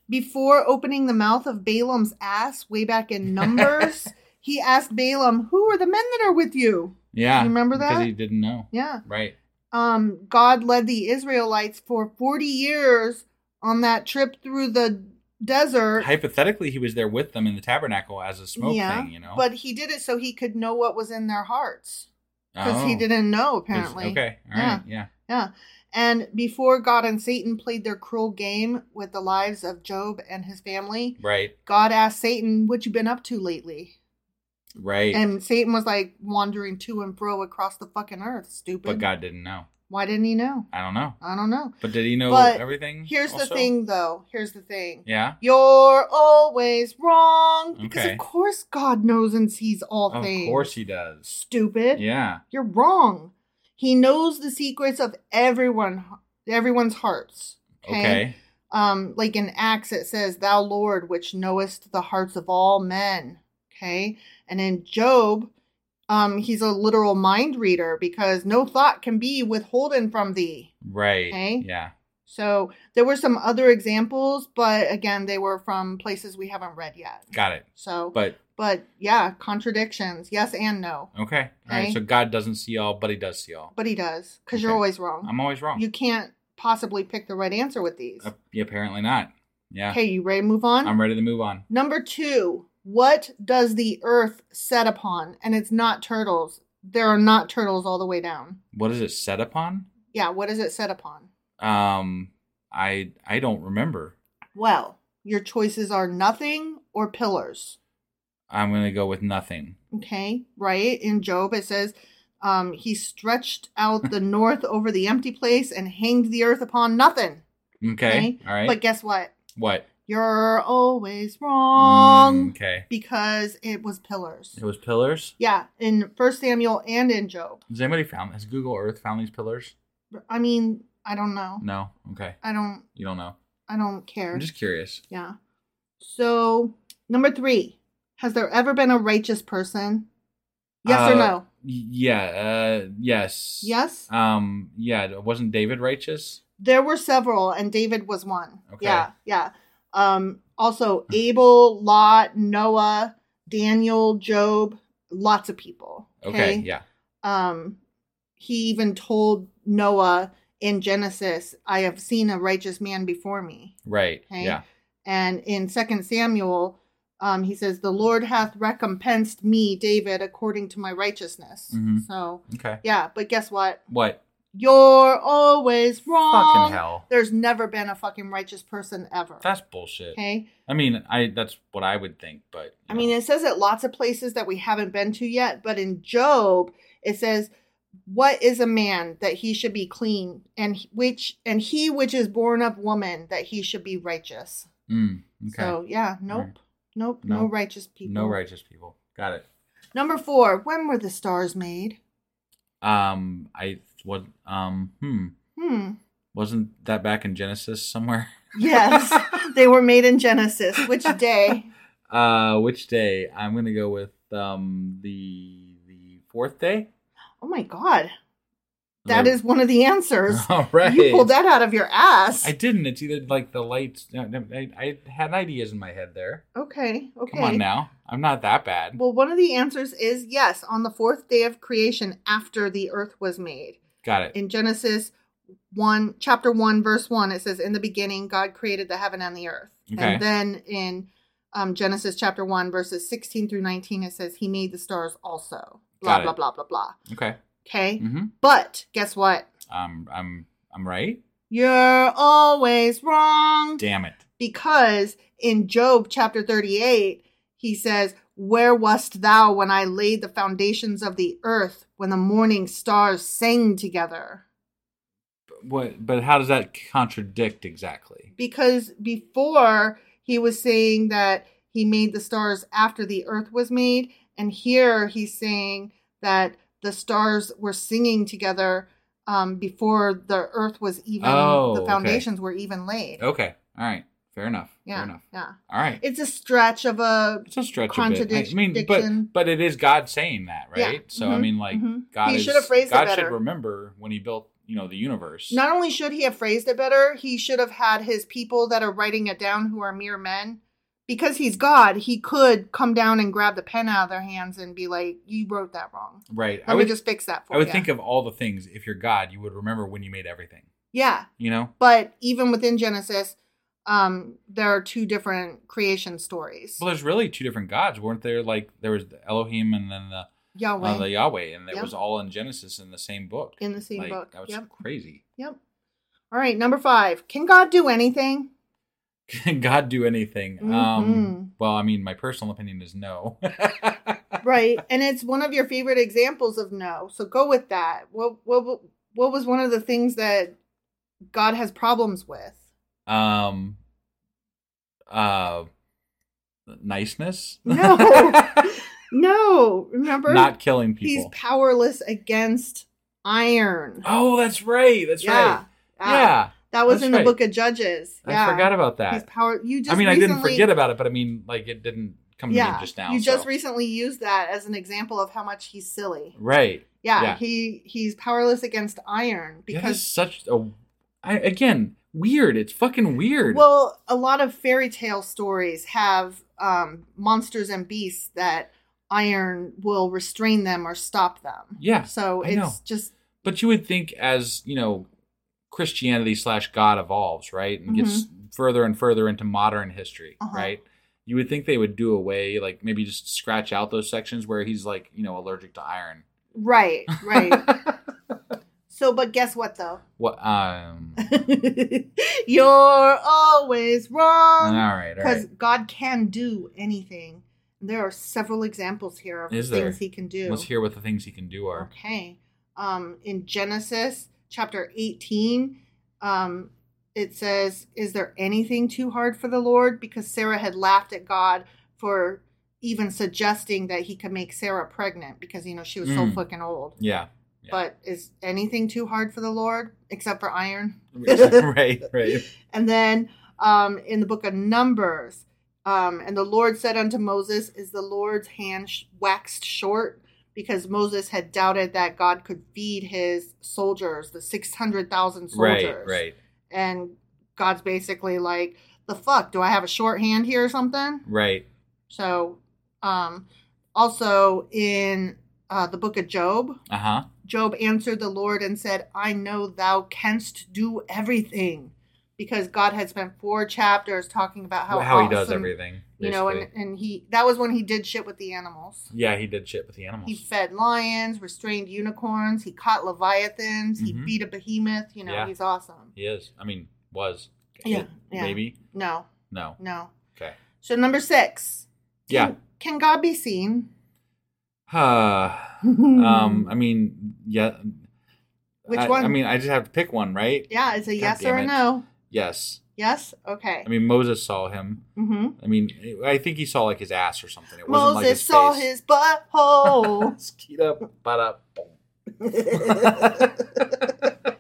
Speaker 1: before opening the mouth of Balaam's ass way back in Numbers, he asked Balaam, "Who are the men that are with you?"
Speaker 4: Yeah.
Speaker 1: You remember
Speaker 4: Because
Speaker 1: that?
Speaker 4: he didn't know.
Speaker 1: Yeah.
Speaker 4: Right.
Speaker 1: Um, God led the Israelites for 40 years on that trip through the desert.
Speaker 4: Hypothetically, he was there with them in the tabernacle as a smoke thing, you know?
Speaker 1: But he did it so he could know what was in their hearts because he
Speaker 4: Oh.
Speaker 1: didn't know
Speaker 4: It was-
Speaker 1: apparently.
Speaker 4: Okay. All
Speaker 1: Yeah.
Speaker 4: right. Yeah.
Speaker 1: Yeah. And before God and Satan played their cruel game with the lives of Job and his family,
Speaker 4: Right.
Speaker 1: God asked Satan, "What you been up to lately?"
Speaker 4: Right.
Speaker 1: And Satan was like wandering to and fro across the fucking earth, stupid.
Speaker 4: but God didn't know.
Speaker 1: Why didn't he know?
Speaker 4: I don't know.
Speaker 1: I don't know.
Speaker 4: But did he know
Speaker 1: But
Speaker 4: everything?
Speaker 1: Here's
Speaker 4: Mm, also?
Speaker 1: the thing, though. Here's the thing.
Speaker 4: Yeah.
Speaker 1: You're always wrong. Because,
Speaker 4: Okay.
Speaker 1: of course, God knows and sees all
Speaker 4: Of
Speaker 1: things.
Speaker 4: course he does.
Speaker 1: Stupid.
Speaker 4: Yeah.
Speaker 1: You're wrong. He knows the secrets of everyone, everyone's hearts.
Speaker 4: Okay.
Speaker 1: um, like in Acts, it says, Thou Lord, which knowest the hearts of all men. Okay. And in Job, um, he's a literal mind reader because no thought can be withholden from thee.
Speaker 4: Right.
Speaker 1: Okay.
Speaker 4: Yeah.
Speaker 1: So there were some other examples, but again, they were from places we haven't read yet.
Speaker 4: Got it.
Speaker 1: So, but,
Speaker 4: But
Speaker 1: yeah, contradictions, yes and no.
Speaker 4: okay. All right.
Speaker 1: Okay.
Speaker 4: So God doesn't see all, but he does see all.
Speaker 1: But he does because you're
Speaker 4: Okay.
Speaker 1: always wrong.
Speaker 4: I'm always wrong.
Speaker 1: You can't possibly pick the right answer with these.
Speaker 4: Uh, apparently not. Yeah.
Speaker 1: Okay, you ready to move on?
Speaker 4: I'm ready to move on.
Speaker 1: Number two, what does the earth set upon? And it's not turtles. There are not turtles all the way down.
Speaker 4: What is it set upon?
Speaker 1: Yeah, what is it set upon?
Speaker 4: Um, I I don't remember.
Speaker 1: Well, your choices are nothing or pillars.
Speaker 4: I'm gonna go with nothing.
Speaker 1: Okay, right? In Job, it says, um, he stretched out the north over the empty place and hanged the earth upon nothing.
Speaker 4: Okay. All right.
Speaker 1: But guess what?
Speaker 4: what?
Speaker 1: You're always wrong
Speaker 4: Mm, okay.
Speaker 1: because it was pillars.
Speaker 4: It was pillars.
Speaker 1: Yeah, in First Samuel and in Job.
Speaker 4: Has anybody found? Has Google Earth found these pillars?
Speaker 1: I mean, I don't know.
Speaker 4: No. Okay.
Speaker 1: I don't.
Speaker 4: You don't know.
Speaker 1: I don't care.
Speaker 4: I'm just curious.
Speaker 1: yeah. So number three, has there ever been a righteous person? Yes or
Speaker 4: Uh,
Speaker 1: no?
Speaker 4: y- Yeah. Uh, yes.
Speaker 1: Yes?
Speaker 4: Um. Yeah. Wasn't David righteous?
Speaker 1: There were several, and David was one.
Speaker 4: Okay.
Speaker 1: Yeah, yeah. Um, also, Abel, Lot, Noah, Daniel, Job, lots of people.
Speaker 4: Okay, yeah.
Speaker 1: Um, he even told Noah in Genesis, "I have seen a righteous man before me."
Speaker 4: Right.
Speaker 1: Okay.
Speaker 4: Yeah.
Speaker 1: And in Second Samuel, um, he says, "The Lord hath recompensed me, David, according to my righteousness."
Speaker 4: Mhm.
Speaker 1: So,
Speaker 4: Okay.
Speaker 1: yeah. But guess what?
Speaker 4: What?
Speaker 1: You're always wrong.
Speaker 4: Fucking hell.
Speaker 1: There's never been a fucking righteous person ever.
Speaker 4: That's bullshit.
Speaker 1: okay.
Speaker 4: I mean, I that's what I would think, but
Speaker 1: I mean, it says it lots of places that we haven't been to yet, but in Job, it says, "What is a man that he should be clean, and which and he which is born of woman that he should be righteous."
Speaker 4: Mm, okay.
Speaker 1: So yeah, nope,
Speaker 4: Right.
Speaker 1: nope, no
Speaker 4: Nope.
Speaker 1: righteous people.
Speaker 4: no righteous people. Got it.
Speaker 1: Number four. When were the stars made?
Speaker 4: Um, I what? Um, hmm.
Speaker 1: Hmm.
Speaker 4: Wasn't that back in Genesis somewhere?
Speaker 1: Yes, they were made in Genesis. Which day?
Speaker 4: Uh, which day? I'm gonna go with um the the fourth day.
Speaker 1: Oh my God, that
Speaker 4: Like-
Speaker 1: is one of the answers.
Speaker 4: All right.
Speaker 1: You pulled that out of your ass.
Speaker 4: I didn't. It's either like the lights. no, no, I, I had ideas in my head there.
Speaker 1: okay. Okay.
Speaker 4: Come on now. I'm not that bad.
Speaker 1: Well, one of the answers is yes, on the fourth day of creation after the earth was made.
Speaker 4: Got it.
Speaker 1: In Genesis 1, chapter 1, verse 1, it says, In the beginning, God created the heaven and the earth.
Speaker 4: Okay.
Speaker 1: And then in um, Genesis chapter 1, verses 16 through 19, it says, He made the stars also. Blah,
Speaker 4: Got it.
Speaker 1: blah, blah, blah, blah.
Speaker 4: Okay.
Speaker 1: Okay.
Speaker 4: Mhm.
Speaker 1: But guess what?
Speaker 4: Um, I'm I'm right.
Speaker 1: You're always wrong.
Speaker 4: Damn it.
Speaker 1: because in Job chapter 38, he says, Where wast thou when I laid the foundations of the earth, when the morning stars sang together?
Speaker 4: What? But how does that contradict exactly?
Speaker 1: Because before he was saying that he made the stars after the earth was made, and here he's saying that the stars were singing together um, before the earth was even,
Speaker 4: Oh,
Speaker 1: the
Speaker 4: okay.
Speaker 1: foundations were even laid.
Speaker 4: Okay. All right. Fair enough. Fair
Speaker 1: Yeah.
Speaker 4: enough.
Speaker 1: Yeah.
Speaker 4: All right.
Speaker 1: It's a stretch of a
Speaker 4: it's a stretch of it. I- I mean,
Speaker 1: contradiction.
Speaker 4: but but it is God saying that, right?
Speaker 1: Yeah.
Speaker 4: So I
Speaker 1: Mhm.
Speaker 4: mean, like
Speaker 1: Mhm.
Speaker 4: God
Speaker 1: He
Speaker 4: is-
Speaker 1: should have phrased it
Speaker 4: God should
Speaker 1: better.
Speaker 4: remember when He built, you know, the universe.
Speaker 1: Not only should he have phrased it better, he should have had his people that are writing it down who are mere men. Because he's God, he could come down and grab the pen out of their hands and be like, You wrote that wrong.
Speaker 4: right.
Speaker 1: Let
Speaker 4: I
Speaker 1: me
Speaker 4: would
Speaker 1: just fix that for
Speaker 4: I would
Speaker 1: ya."
Speaker 4: think of all the things. If you're God, you would remember when you made everything.
Speaker 1: Yeah.
Speaker 4: You know.
Speaker 1: But even within Genesis, um, there are two different creation stories.
Speaker 4: Well, there's really two different gods, weren't there? Like there was the Elohim and then the
Speaker 1: Yahweh.
Speaker 4: uh, the Yahweh, and it
Speaker 1: Yeah.
Speaker 4: was all in Genesis in the same book.
Speaker 1: In the same
Speaker 4: Like,
Speaker 1: book.
Speaker 4: That was
Speaker 1: Yep.
Speaker 4: crazy.
Speaker 1: Yep. All right, number five. Can God do anything?
Speaker 4: Can God do anything?
Speaker 1: Mhm.
Speaker 4: Um, well, I mean, my personal opinion is no.
Speaker 1: right and it's one of your favorite examples of no so go with that what what what was one of the things that god has problems with
Speaker 4: um uh niceness
Speaker 1: No. no remember
Speaker 4: not killing
Speaker 1: he's
Speaker 4: people
Speaker 1: powerless against iron
Speaker 4: oh that's right that's right yeah
Speaker 1: that was
Speaker 4: that's
Speaker 1: in the
Speaker 4: right.
Speaker 1: book of judges yeah
Speaker 4: i forgot about
Speaker 1: he's
Speaker 4: that
Speaker 1: power you just
Speaker 4: i mean i didn't
Speaker 1: recently-
Speaker 4: forget about it but i mean like it didn't come to
Speaker 1: yeah
Speaker 4: me just now
Speaker 1: you just
Speaker 4: so.
Speaker 1: recently used that as an example of how much he's silly
Speaker 4: right
Speaker 1: yeah,
Speaker 4: Yeah.
Speaker 1: he he's powerless against iron
Speaker 4: because
Speaker 1: because
Speaker 4: such a I, again weird it's fucking weird
Speaker 1: Well, a lot of fairy tale stories have um, monsters and beasts that iron will restrain them or stop them.
Speaker 4: Yeah,
Speaker 1: So
Speaker 4: I
Speaker 1: it's
Speaker 4: know.
Speaker 1: just
Speaker 4: but you would think as you know christianity slash god evolves right and gets further and further into modern history
Speaker 1: Mm-hmm. Uh-huh.
Speaker 4: right you would think they would do away like maybe just scratch out those sections where he's like you know allergic to iron
Speaker 1: right, right. so, but guess what though?
Speaker 4: what um
Speaker 1: You're always
Speaker 4: all
Speaker 1: wrong
Speaker 4: right all right
Speaker 1: God can do anything. There are several examples here of
Speaker 4: Is
Speaker 1: things
Speaker 4: there?
Speaker 1: He can do.
Speaker 4: let's hear what the things he can do are
Speaker 1: Okay. Um, in Genesis chapter 18, um, it says, Is there anything too hard for the Lord? Because Sarah had laughed at God for even suggesting that he could make Sarah pregnant because, you know, she was so
Speaker 4: Mm.
Speaker 1: fucking old.
Speaker 4: yeah Yeah.
Speaker 1: But is anything too hard for the Lord except for iron?
Speaker 4: right right
Speaker 1: And then um, in the book of Numbers, um, and the Lord said unto Moses, Is the Lord's hand sh- waxed short? Because Moses had doubted that God could feed his soldiers, the 600,000 soldiers.
Speaker 4: right right
Speaker 1: And God's basically like, The fuck, do I have a short hand here or something?
Speaker 4: right
Speaker 1: So um, Also, in uh, the book of Job,
Speaker 4: Uh huh.
Speaker 1: Job answered the Lord and said, I know thou canst do everything. Because God had spent four chapters talking about how,
Speaker 4: How, he does
Speaker 1: awesome-
Speaker 4: everything.
Speaker 1: You know, and,
Speaker 4: basically.
Speaker 1: and he that was when he did shit with the animals.
Speaker 4: yeah, he did shit with the animals.
Speaker 1: He fed lions, restrained unicorns, he caught leviathans, he
Speaker 4: Mhm.
Speaker 1: beat a behemoth. You know,
Speaker 4: Yeah.
Speaker 1: he's awesome.
Speaker 4: He is. I mean, was.
Speaker 1: Yeah, yeah. Mm.
Speaker 4: Maybe.
Speaker 1: No,
Speaker 4: No.
Speaker 1: no.
Speaker 4: Okay.
Speaker 1: So number six.
Speaker 4: Yeah.
Speaker 1: Can God be seen?
Speaker 4: Uh, um. I mean, yeah.
Speaker 1: Which
Speaker 4: I-
Speaker 1: one?
Speaker 4: I mean, I just have to pick one, right?
Speaker 1: Yeah, it's a
Speaker 4: God
Speaker 1: yes
Speaker 4: damn
Speaker 1: or a
Speaker 4: it.
Speaker 1: no.
Speaker 4: Yes.
Speaker 1: Yes? Okay.
Speaker 4: I mean, Moses saw him.
Speaker 1: hmm
Speaker 4: I mean, I think he saw like his ass or something. It wasn't
Speaker 1: Moses
Speaker 4: like his
Speaker 1: saw
Speaker 4: face.
Speaker 1: his butthole.
Speaker 4: Skeet up, butt up.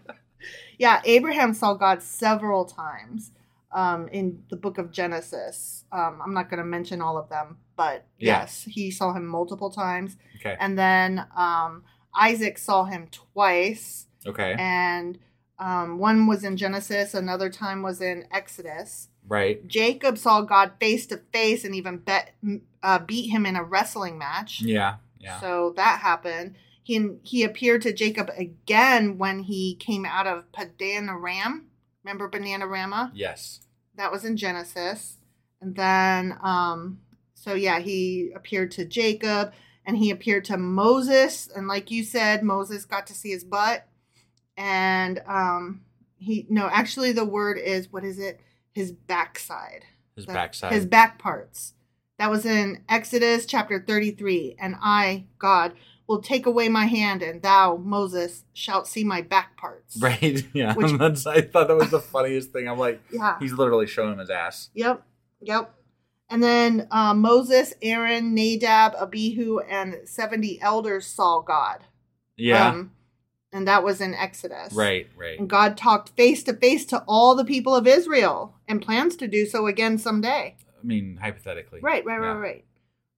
Speaker 1: yeah, Abraham saw God several times um, in the book of Genesis. Um, I'm not going to mention all of them, but
Speaker 4: Yeah.
Speaker 1: yes, he saw him multiple times.
Speaker 4: Okay.
Speaker 1: And then um, Isaac saw him twice.
Speaker 4: Okay.
Speaker 1: And um, one was in Genesis, another time was in Exodus.
Speaker 4: right.
Speaker 1: Jacob saw God face to face and even bet, uh, beat him in a wrestling match.
Speaker 4: Yeah. Yeah.
Speaker 1: So that happened. He he appeared to Jacob again when he came out of Padanaram. Remember Bananarama?
Speaker 4: yes.
Speaker 1: That was in Genesis. And then um so yeah, he appeared to Jacob and he appeared to Moses and like you said Moses got to see his butt and um he no actually the word is what is it? His backside
Speaker 4: His
Speaker 1: the-
Speaker 4: backside.
Speaker 1: his back parts. That was in Exodus chapter 33. And I, God, will take away my hand, and thou, Moses, shalt see my back parts.
Speaker 4: Right. Yeah.
Speaker 1: Which-
Speaker 4: That's, I thought that was the funniest thing. I'm like,
Speaker 1: Yeah.
Speaker 4: he's literally showing him his ass.
Speaker 1: Yep. Yep. And then uh, Moses, Aaron, Nadab, Abihu, and 70 elders saw God.
Speaker 4: Yeah.
Speaker 1: and that was in Exodus.
Speaker 4: right. Right.
Speaker 1: Um, And God talked face to face to all the people of Israel and plans to do so again someday.
Speaker 4: I mean, hypothetically.
Speaker 1: Right, right,
Speaker 4: Yeah.
Speaker 1: right, right.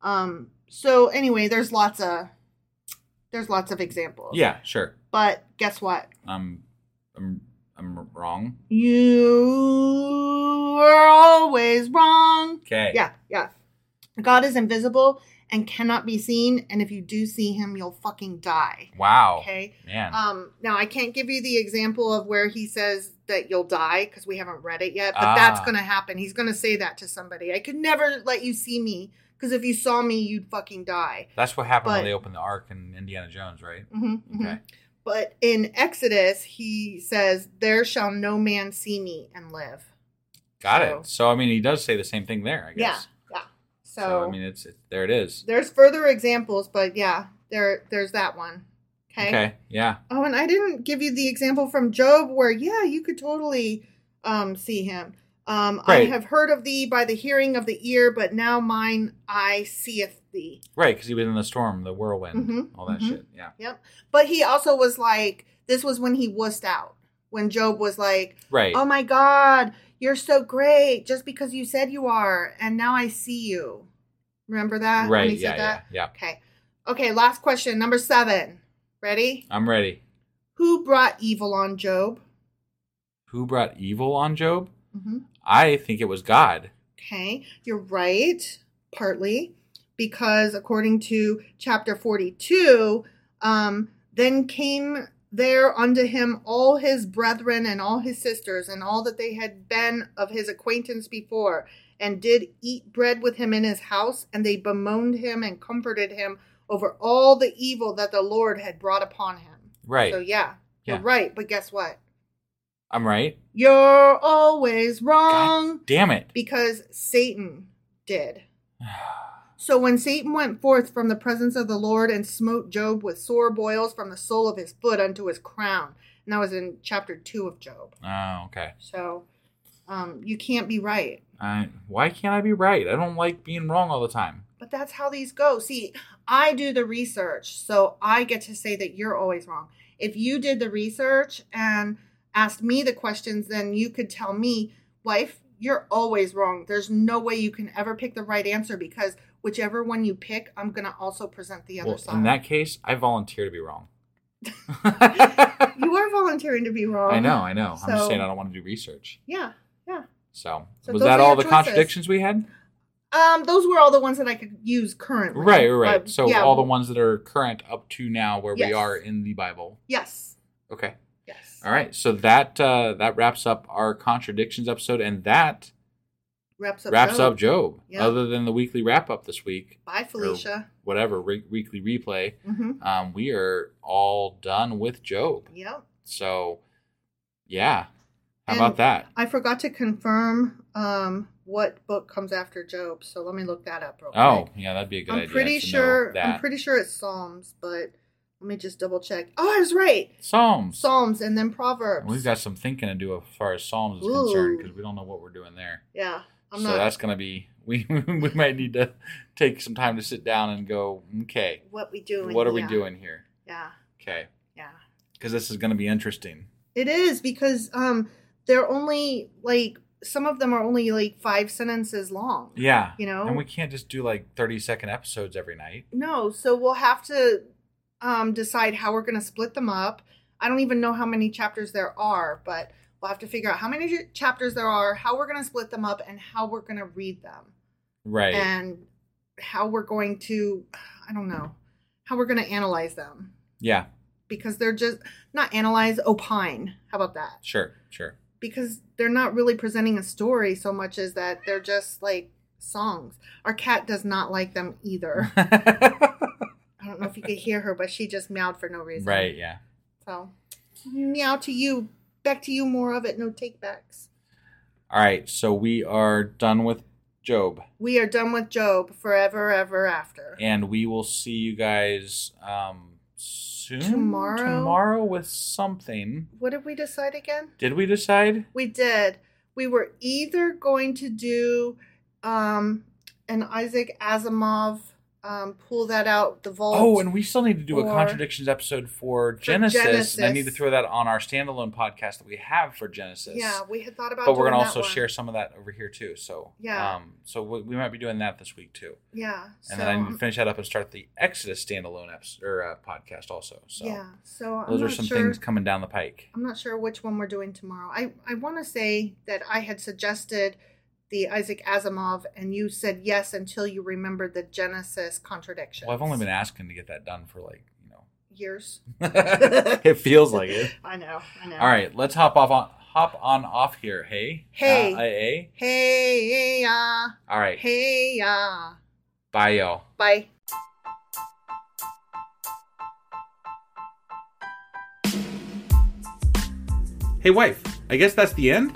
Speaker 1: Um, so anyway, there's lots of there's lots of examples.
Speaker 4: Yeah. Sure.
Speaker 1: But guess what?
Speaker 4: I'm. I'm. I'm wrong.
Speaker 1: You are always wrong.
Speaker 4: Okay.
Speaker 1: Yeah, yeah. God is invisible and cannot be seen, and if you do see him, you'll fucking die.
Speaker 4: Wow.
Speaker 1: Okay.
Speaker 4: Man.
Speaker 1: Um, now I can't give you the example of where he says that you'll die because we haven't read it yet, but that's
Speaker 4: Ah.
Speaker 1: gonna happen. He's gonna say that to somebody. I could never let you see me because if you saw me, you'd fucking die.
Speaker 4: That's what happened
Speaker 1: but-
Speaker 4: when they opened the Ark in Indiana Jones, right?
Speaker 1: hmm
Speaker 4: Okay.
Speaker 1: But in Exodus, he says, There shall no man see me and live.
Speaker 4: Got
Speaker 1: So-
Speaker 4: it. So I mean, he does say the same thing there. I guess.
Speaker 1: Yeah. Yeah. So,
Speaker 4: So, I mean, it's it, there. It is.
Speaker 1: there's further examples, but yeah, there there's that one. Okay.
Speaker 4: Yeah.
Speaker 1: Oh, and I didn't give you the example from Job where, yeah, you could totally um, see him. Um, I
Speaker 4: Right.
Speaker 1: have heard of thee by the hearing of the ear, but now mine eye seeth thee.
Speaker 4: Right, because he was in the storm, the whirlwind,
Speaker 1: Mhm,
Speaker 4: all that
Speaker 1: mhm.
Speaker 4: shit. Yeah.
Speaker 1: Yep. But he also was like, this was when he wussed out. When Job was like,
Speaker 4: Right.
Speaker 1: oh my god you're so great just because you said you are and now i see you remember that when
Speaker 4: right.
Speaker 1: he
Speaker 4: Yeah,
Speaker 1: said
Speaker 4: yeah.
Speaker 1: that?
Speaker 4: Yeah.
Speaker 1: okay okay last question number seven ready
Speaker 4: I'm ready.
Speaker 1: who brought evil on job
Speaker 4: Who brought evil on Job?
Speaker 1: mm-hmm.
Speaker 4: I think it was God.
Speaker 1: okay you're right partly because according to chapter 42 um, then came there unto him all his brethren and all his sisters and all that they had been of his acquaintance before and did eat bread with him in his house and they bemoaned him and comforted him over all the evil that the lord had brought upon him
Speaker 4: Right.
Speaker 1: so yeah you're
Speaker 4: Yeah.
Speaker 1: right but guess what
Speaker 4: I'm right.
Speaker 1: you're always wrong
Speaker 4: God damn it.
Speaker 1: because Satan did. So when Satan went forth from the presence of the Lord and smote Job with sore boils from the sole of his foot unto his crown. And that was in chapter 2 of Job.
Speaker 4: Oh, okay.
Speaker 1: So um, you can't be right.
Speaker 4: I, why can't I be right? I don't like being wrong all the time.
Speaker 1: But that's how these go. See, I do the research, so I get to say that you're always wrong. If you did the research and asked me the questions, then you could tell me, wife, you're always wrong. There's no way you can ever pick the right answer because whichever one you pick, I'm going to also present the other
Speaker 4: Well,
Speaker 1: side.
Speaker 4: in that case, I volunteer to be wrong.
Speaker 1: you are volunteering to be wrong.
Speaker 4: I know, I know. I'm just
Speaker 1: So-
Speaker 4: saying I don't want to do research.
Speaker 1: Yeah, yeah.
Speaker 4: So,
Speaker 1: So
Speaker 4: was
Speaker 1: those
Speaker 4: that
Speaker 1: are
Speaker 4: all
Speaker 1: your
Speaker 4: the
Speaker 1: choices.
Speaker 4: contradictions we had?
Speaker 1: Um, those were all the ones that I could use currently.
Speaker 3: Right, right.
Speaker 1: But,
Speaker 3: so
Speaker 1: Uh, yeah,
Speaker 3: all the ones that are current up to now where we
Speaker 1: Yes.
Speaker 3: are in the Bible.
Speaker 1: Yes.
Speaker 3: Okay.
Speaker 1: Yes.
Speaker 3: All right. So that uh, that wraps up our contradictions episode, and that
Speaker 1: Wraps up.
Speaker 3: wraps
Speaker 1: Job.
Speaker 3: up Job.
Speaker 1: Yeah.
Speaker 3: Other than the weekly wrap up this week,
Speaker 1: Bye, Felicia.
Speaker 3: whatever re- weekly replay,
Speaker 1: Mm-hmm.
Speaker 3: um, we are all done with Job.
Speaker 1: Yep.
Speaker 3: So, yeah. How
Speaker 1: And-
Speaker 3: about that?
Speaker 1: I forgot to confirm um, what book comes after Job, so let me look that up real quick.
Speaker 3: Oh, yeah, that'd be a good
Speaker 1: I'm
Speaker 3: idea.
Speaker 1: pretty
Speaker 3: to know
Speaker 1: sure. I'm
Speaker 3: that.
Speaker 1: pretty sure it's Psalms, but let me just double check. Oh, I was right.
Speaker 3: Psalms.
Speaker 1: Psalms and then Proverbs.
Speaker 3: And We've got some thinking to do as far as Psalms is
Speaker 1: Ooh.
Speaker 3: concerned because we don't know what we're doing there.
Speaker 1: yeah, I'm
Speaker 3: so
Speaker 1: not.
Speaker 3: that's gonna be we we might need to take some time to sit down and go okay
Speaker 1: what we doing?
Speaker 3: what are we
Speaker 1: Yeah.
Speaker 3: doing here
Speaker 1: Yeah,
Speaker 3: okay
Speaker 1: yeah.
Speaker 3: because this is gonna be interesting
Speaker 1: It is because um, they're only like some of them are only like five sentences long.
Speaker 3: yeah
Speaker 1: You know?
Speaker 3: and we can't just do like 30 second episodes every night
Speaker 1: No, so we'll have to um, decide how we're going to split them up. I don't even know how many chapters there are, but we'll have to figure out how many j- chapters there are, how we're going to split them up, and how we're going to read them,
Speaker 3: right
Speaker 1: and how we're going to, I don't know, how we're going to analyze them
Speaker 3: yeah
Speaker 1: because they're just not analyze, opine. How about that?
Speaker 3: sure sure
Speaker 1: because they're not really presenting a story so much as that they're just like songs. Our cat does not like them either. I don't know if you could hear her, but she just meowed for no reason.
Speaker 3: right yeah
Speaker 1: So meow to you. Back to you. More of it. No take backs.
Speaker 3: all right so we are done with job
Speaker 1: We are done with Job forever, ever after.
Speaker 3: and we will see you guys um soon
Speaker 1: Tomorrow?
Speaker 3: tomorrow with something
Speaker 1: What did we decide again?
Speaker 3: did we decide
Speaker 1: We did. We were either going to do um, an Isaac Asimov, um, pull that out, the vault.
Speaker 3: Oh, and we still need to do a
Speaker 1: or-
Speaker 3: contradictions episode for, Genesis, and I need to
Speaker 1: Genesis.
Speaker 3: throw that on our standalone podcast that we have for Genesis.
Speaker 1: yeah, we had thought about.
Speaker 3: but we're
Speaker 1: doing
Speaker 3: gonna
Speaker 1: that
Speaker 3: also
Speaker 1: one.
Speaker 3: share some of that over here too. So
Speaker 1: Yeah.
Speaker 3: um, so we, we might be doing that this week too,
Speaker 1: Yeah.
Speaker 3: and
Speaker 1: so,
Speaker 3: then I need
Speaker 1: um,
Speaker 3: to finish that up and start the Exodus standalone episode or uh, podcast also. So
Speaker 1: Yeah. So
Speaker 3: those
Speaker 1: I'm
Speaker 3: are
Speaker 1: not
Speaker 3: some
Speaker 1: sure.
Speaker 3: things coming down the pike.
Speaker 1: I'm not sure which one we're doing tomorrow. I I want to say that I had suggested the Isaac Asimov, and you said yes until you remembered the Genesis contradiction.
Speaker 3: Well, I've only been asking to get that done for like you know,
Speaker 1: years.
Speaker 3: it feels like it.
Speaker 1: I know. I know.
Speaker 3: All right, let's hop off on hop on off here. Hey,
Speaker 1: Hey.
Speaker 3: uh, hey.
Speaker 1: Hey ya.
Speaker 3: All right,
Speaker 1: Hey ya.
Speaker 3: bye y'all.
Speaker 1: Bye.
Speaker 3: Hey, wife. I guess that's the end.